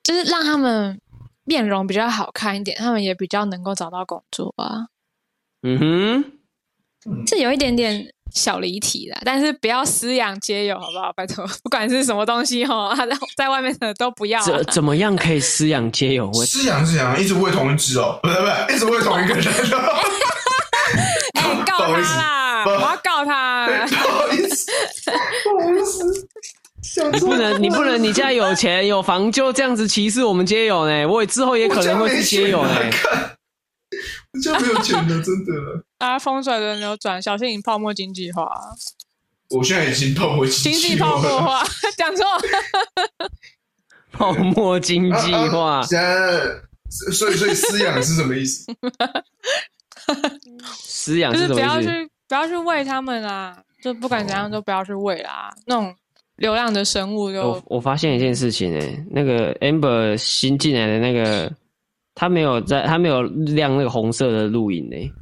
Speaker 4: 就是让他们面容比较好看一点，他们也比较能够找到工作啊。
Speaker 1: 嗯哼，
Speaker 4: 这有一点点小离题啦，但是不要私养街友好不好？拜托，不管是什么东西哈，在在外面的都不要啊、
Speaker 1: 怎怎么样可以饲养街友？ 我
Speaker 2: 是养是养，一直喂同一只哦，不是不是，一直喂同一个人 哦。
Speaker 4: 哎、告
Speaker 2: 不好
Speaker 4: 他
Speaker 2: 意思
Speaker 4: 啦！
Speaker 2: 不
Speaker 4: 我要告他。
Speaker 2: 不好意思，不好意思，想
Speaker 1: 你
Speaker 2: 说
Speaker 1: 不能，你不能，你家有钱有房就这样子歧视我们街友呢？我也之后也可能会是街友呢。
Speaker 2: 我家没有钱的，真的。
Speaker 4: 啊，风水轮流转，小心你泡沫经济化，
Speaker 2: 哦我现在已经泡沫经
Speaker 4: 经济
Speaker 2: 济
Speaker 4: 泡
Speaker 2: 化
Speaker 4: 沫
Speaker 2: 了。
Speaker 4: 化， 讲 错。
Speaker 1: 泡沫经济
Speaker 2: 啊
Speaker 1: 化
Speaker 2: 啊，现在所以所以饲养是什么意思？
Speaker 1: 饲养
Speaker 4: 就是是
Speaker 1: 什
Speaker 4: 不
Speaker 1: 么
Speaker 4: 要
Speaker 1: 意思？
Speaker 4: 去不要去喂他们啦，就不管怎样都不要去喂啦。那种流浪的生物就
Speaker 1: 我
Speaker 2: 哦
Speaker 1: 我发现一件事情诶、欸那个 Amber 新进来的那个，他没有在，他没有亮那个红色的录影诶、欸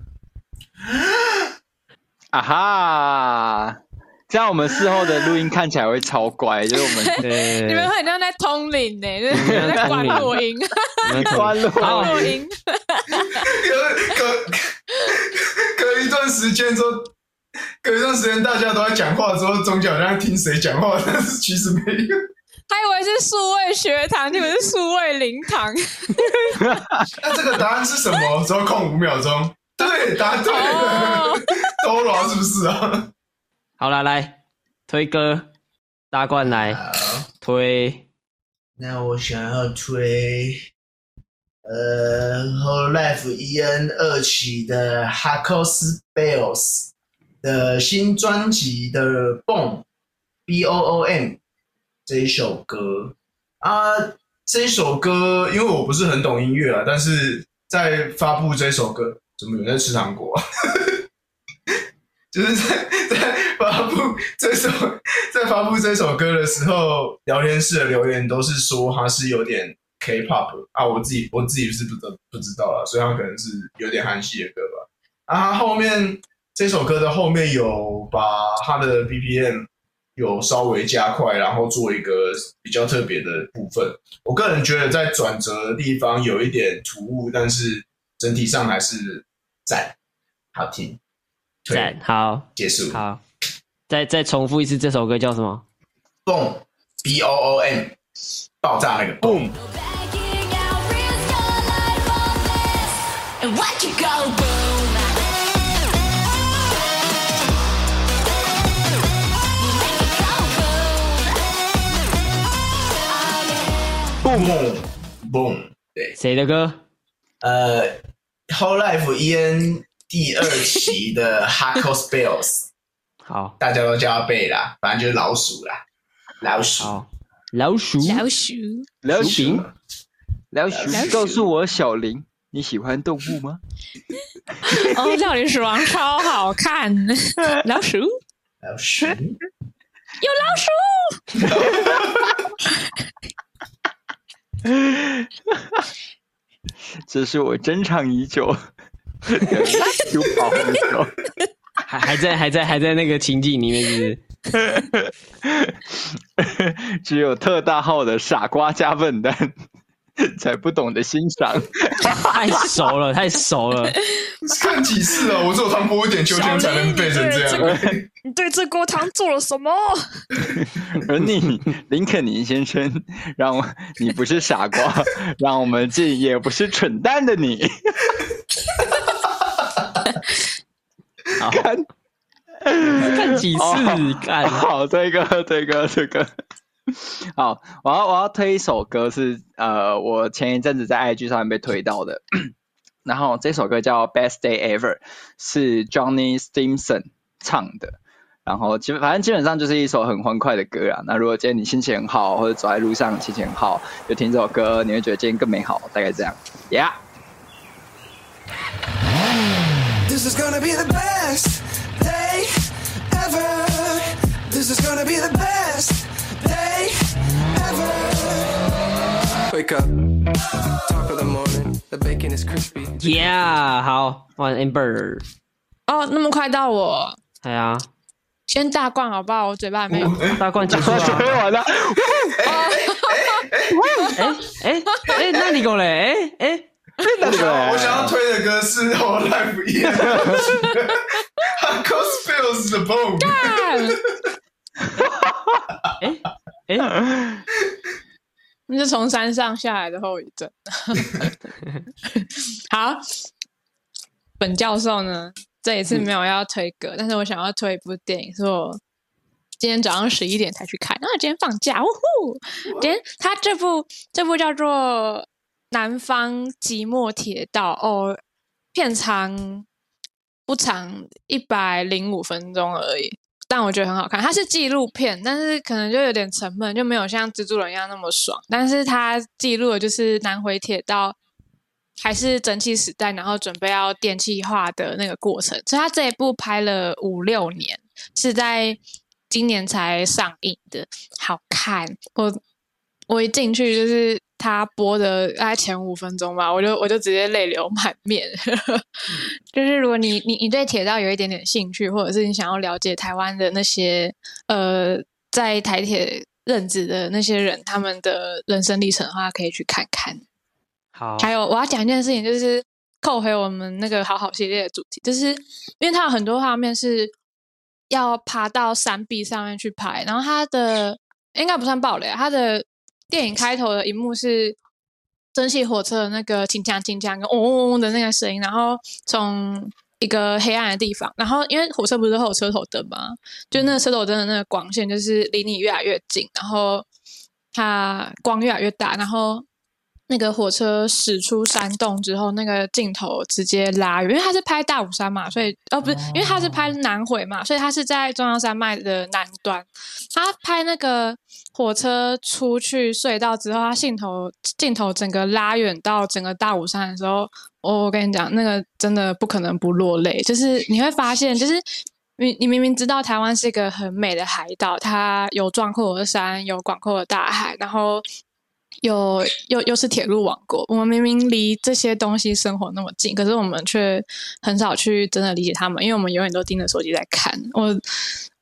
Speaker 3: 啊哈，这样我们事后的录音看起来会超 乖，就是我们
Speaker 1: 对
Speaker 2: 哎
Speaker 4: 你
Speaker 1: 对
Speaker 4: 们很像在通灵 呢、就
Speaker 1: 们
Speaker 4: 是
Speaker 1: 像
Speaker 4: 在管
Speaker 1: 通灵
Speaker 4: 录音，
Speaker 1: 对，
Speaker 3: 关 录
Speaker 1: 好
Speaker 4: 录音。
Speaker 2: 隔隔隔一段时间之后，隔一段时间大家都在讲话之后，中间好像在听谁讲话，但是其实没有。
Speaker 4: 还以为是数位学堂，结果是数位灵堂。
Speaker 2: 那这个答案是什么？只要空五秒钟。对，答 对了
Speaker 4: 哦，
Speaker 2: 都了是不是啊？
Speaker 1: 好啦，来推歌，大冠
Speaker 2: 啊
Speaker 1: 来推，
Speaker 6: 那我想要推，呃，Whole Life
Speaker 2: E
Speaker 6: EN 二期的 h a k o s Bells 的新专辑的《Boom》B O O M 这一首歌
Speaker 2: 啊，这首歌因为我不是很懂音乐啊，但是在发布这首歌，怎么有人在吃糖果、啊？就是在在发布这首在发布这首歌的时候，聊天室的留言都是说它是有点 K-pop 啊，我自己我自己是不知道不知道啦，所以它可能是有点韩系的歌吧。啊，后面这首歌的后面有把它的 BPM 有稍微加快，然后做一个比较特别的部分。我个人觉得在转折的地方有一点突兀，但是整体上还是赞，好听。推
Speaker 1: 赞，好
Speaker 2: 结束。
Speaker 1: 好，再再重复一次，这首歌叫什么？
Speaker 2: boom b o o m 爆炸那个 boom。
Speaker 7: And watch it go boom. Make it go
Speaker 2: boom boom，对，
Speaker 1: 谁的歌？
Speaker 2: 呃，Whole Life EN 第二期的 h a c o s p e l l s
Speaker 1: 好
Speaker 2: 大家都叫它贝啦，反正就是老鼠啦，老鼠。
Speaker 1: 好，老鼠，
Speaker 4: 老鼠，
Speaker 3: 聊
Speaker 1: 鼠
Speaker 3: 熊聊熊，告诉我小林，你喜欢动物吗？
Speaker 4: 哦，料理鼠王超好 看，老鼠，老
Speaker 2: 老鼠，
Speaker 4: 鼠。
Speaker 3: 这是我珍藏已 久 的 Q 宝红酒。
Speaker 1: 还还在还在还在那个情境里面，是不是？
Speaker 3: 只有特大号的傻瓜加笨蛋才不懂得欣赏。
Speaker 1: 太熟了，太熟了。
Speaker 2: 看几次啊？我只有唐伯虎点秋香才能背成这
Speaker 4: 小林
Speaker 2: 样。
Speaker 4: 你对这锅汤做了什么？
Speaker 3: 而你，林肯尼先生，让我你不是傻瓜，让我们敬，也不是蠢蛋的你。好
Speaker 1: 看几次
Speaker 3: 哦？
Speaker 1: 看、
Speaker 3: 好，这个这个这个，好，我要我要推一首歌是呃，我前一阵子在 IG 上面被推到的，然后这首歌叫《Best Day Ever》，是 Johnny Stimson 唱的。然后基本反正基本上就是一首很欢快的歌啊。那如果今天你心情很好，或者走在路上心情很好，就听这首歌，你会觉得今天更美好，大概这样。Yeah。
Speaker 8: This is gonna be the best day ever. This
Speaker 9: This is gonna be the best day ever. Wake up, top of the morning. The bacon is crispy.
Speaker 1: Yeah，好，换 Amber。
Speaker 4: 哦，那么快到我，
Speaker 1: 哎呀，
Speaker 4: 先大罐好不好？我嘴巴还没有。
Speaker 1: 大冠结束了、
Speaker 3: 准备
Speaker 1: 啊。
Speaker 3: 完了，
Speaker 1: 哎哎哎，那你够嘞？哎哎，
Speaker 3: 那你们
Speaker 2: 我想要推的歌是《Whole Life》一 样，Cos Feels the Bone。
Speaker 4: 那是从山上下来的后遗症。 好，本教授呢，这一次没有要推歌，但是我想要推一部电影，是我今天早上十一点才去看，然啊后今天放假，呜呼！今天他这部这部叫做《南方寂寞铁道》哦，片长不长，一百零五分钟而已。但我觉得很好看。它是纪录片，但是可能就有点沉闷，就没有像蜘蛛人一样那么爽。但是它记录的就是南回铁道还是蒸汽时代，然后准备要电气化的那个过程。所以它这一部拍了五六年，是在今年才上映的，好看。我我一进去就是它播的大概前五分钟吧，我就我就直接泪流满面。 就是如果你你你对铁道有一点点兴趣，或者是你想要了解台湾的那些呃在台铁任职的那些人他们的人生历程的话，可以去看看。
Speaker 1: 好，
Speaker 4: 还有我要讲一件事情，就是扣回我们那个好好系列的主题，就是因为它有很多画面是要爬到山壁上面去拍，然后它的应该不算暴雷啊，它的电影开头的一幕是蒸汽火车的那个轻锵轻锵跟嗡嗡嗡的那个声音，然后从一个黑暗的地方，然后因为火车不是会有车头灯吗？就那个车头灯的那个光线，就是离你越来越近，然后它光越来越大，然后那个火车驶出山洞之后，那个镜头直接拉远，因为它是拍大武山嘛，所以哦不是，因为它是拍南回嘛，所以它是在中央山脉的南端。它拍那个火车出去隧道之后，它镜头镜头整个拉远到整个大武山的时候，哦我我跟你讲，那个真的不可能不落泪，就是你会发现，就是你你明明知道台湾是一个很美的海岛，它有壮阔的山，有广阔的大海，然后有又又是铁路王国，我们明明离这些东西生活那么近，可是我们却很少去真的理解他们，因为我们永远都盯着手机在看。我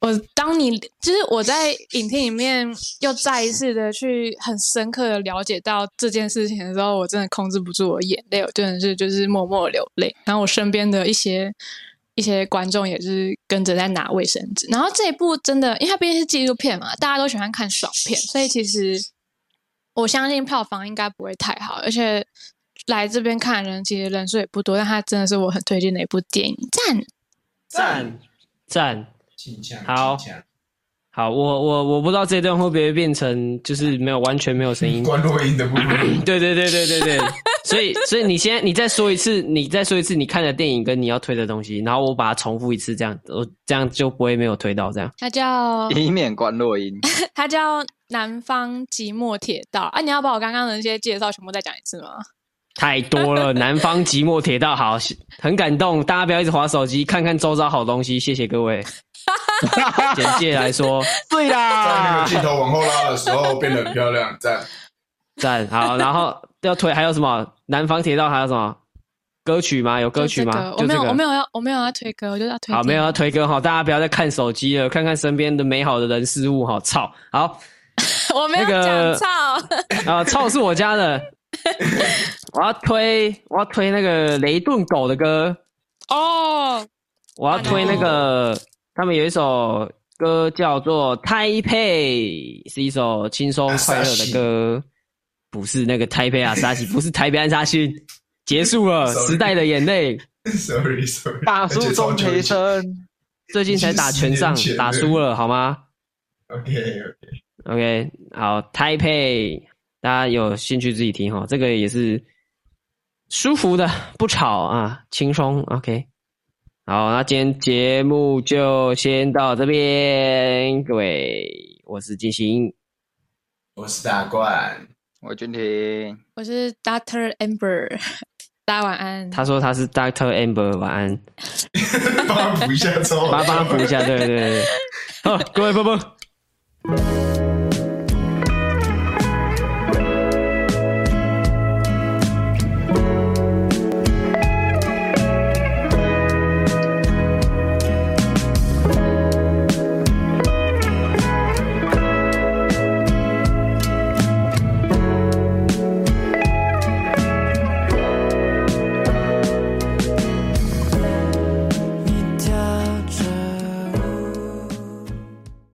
Speaker 4: 我当你就是我在影片里面又再一次的去很深刻的了解到这件事情的时候，我真的控制不住我眼泪，我真的是就是默默地流泪。然后我身边的一些一些观众也是跟着在拿卫生纸。然后这一部真的，因为它毕竟是纪录片嘛，大家都喜欢看爽片，所以其实我相信票房应该不会太好，而且来这边看的人其实人数也不多，但它真的是我很推荐的一部电影，赞！
Speaker 2: 赞，
Speaker 1: 赞。
Speaker 2: 请讲，
Speaker 1: 好
Speaker 2: 请讲
Speaker 1: 好，我我我不知道这段会不会变成就是没有完全没有声音。。
Speaker 2: 关落音的部分
Speaker 1: 对对对对对对， 所以所以你先你再说一次，你再说一次你看的电影跟你要推的东西，然后我把它重复一次，这样我这样就不会没有推到这样。
Speaker 4: 它叫
Speaker 3: 以免关落音。
Speaker 4: 它叫南方寂寞铁道啊！你要把我刚刚的那些介绍全部再讲一次吗？
Speaker 1: 太多 了，南方寂寞铁道好，很感动，大家不要一直划手机，看看周遭好东西，谢谢各 位。简介来说，对
Speaker 2: 在那
Speaker 1: 啦
Speaker 2: 个，镜头往后拉的时候变得很漂亮，赞。
Speaker 1: 赞好，然后要推还有什么？南方铁道还有什么歌曲吗？有歌曲吗？
Speaker 4: 就
Speaker 1: 就这
Speaker 4: 这个我没有，
Speaker 1: 个
Speaker 4: 我没有要，我没有要推歌，我就要推。
Speaker 1: 好，没有要。推歌哈，大家不要再看手机了，看看身边的美好的人事物哈。操，好，
Speaker 4: 我没有
Speaker 1: 那
Speaker 4: 讲
Speaker 1: 个
Speaker 4: 操。
Speaker 1: 啊，操是我家的，我要推，我要推那个雷顿狗的歌，
Speaker 4: 哦，
Speaker 1: 我要推那个
Speaker 2: 哦
Speaker 1: 他们有一首歌叫做《台北》，是一首轻松快乐的歌，不是那个台北啊，沙西，不是台北安沙逊，结束了
Speaker 2: Sorry
Speaker 1: 时代的眼泪，
Speaker 2: Sorry Sorry，
Speaker 3: 大树中提升，
Speaker 1: 最近才打拳上
Speaker 2: 已经十年前
Speaker 1: 打
Speaker 2: 了
Speaker 1: 输了，好吗？
Speaker 2: OK OK，
Speaker 1: OK，好，台北，大家有兴趣自己听哈，这个也是舒服的，不吵啊，轻松。OK，好，那今天节目就先到这边，各位，我是金星，
Speaker 2: 我是大冠，
Speaker 3: 我君婷。
Speaker 4: 我是 Doctor Amber，
Speaker 10: 大家晚安。
Speaker 1: 他说他是 Doctor Amber，晚安，
Speaker 2: 帮他补一下之后，
Speaker 1: 帮他帮他补一下，对对对对。好，各位啵啵。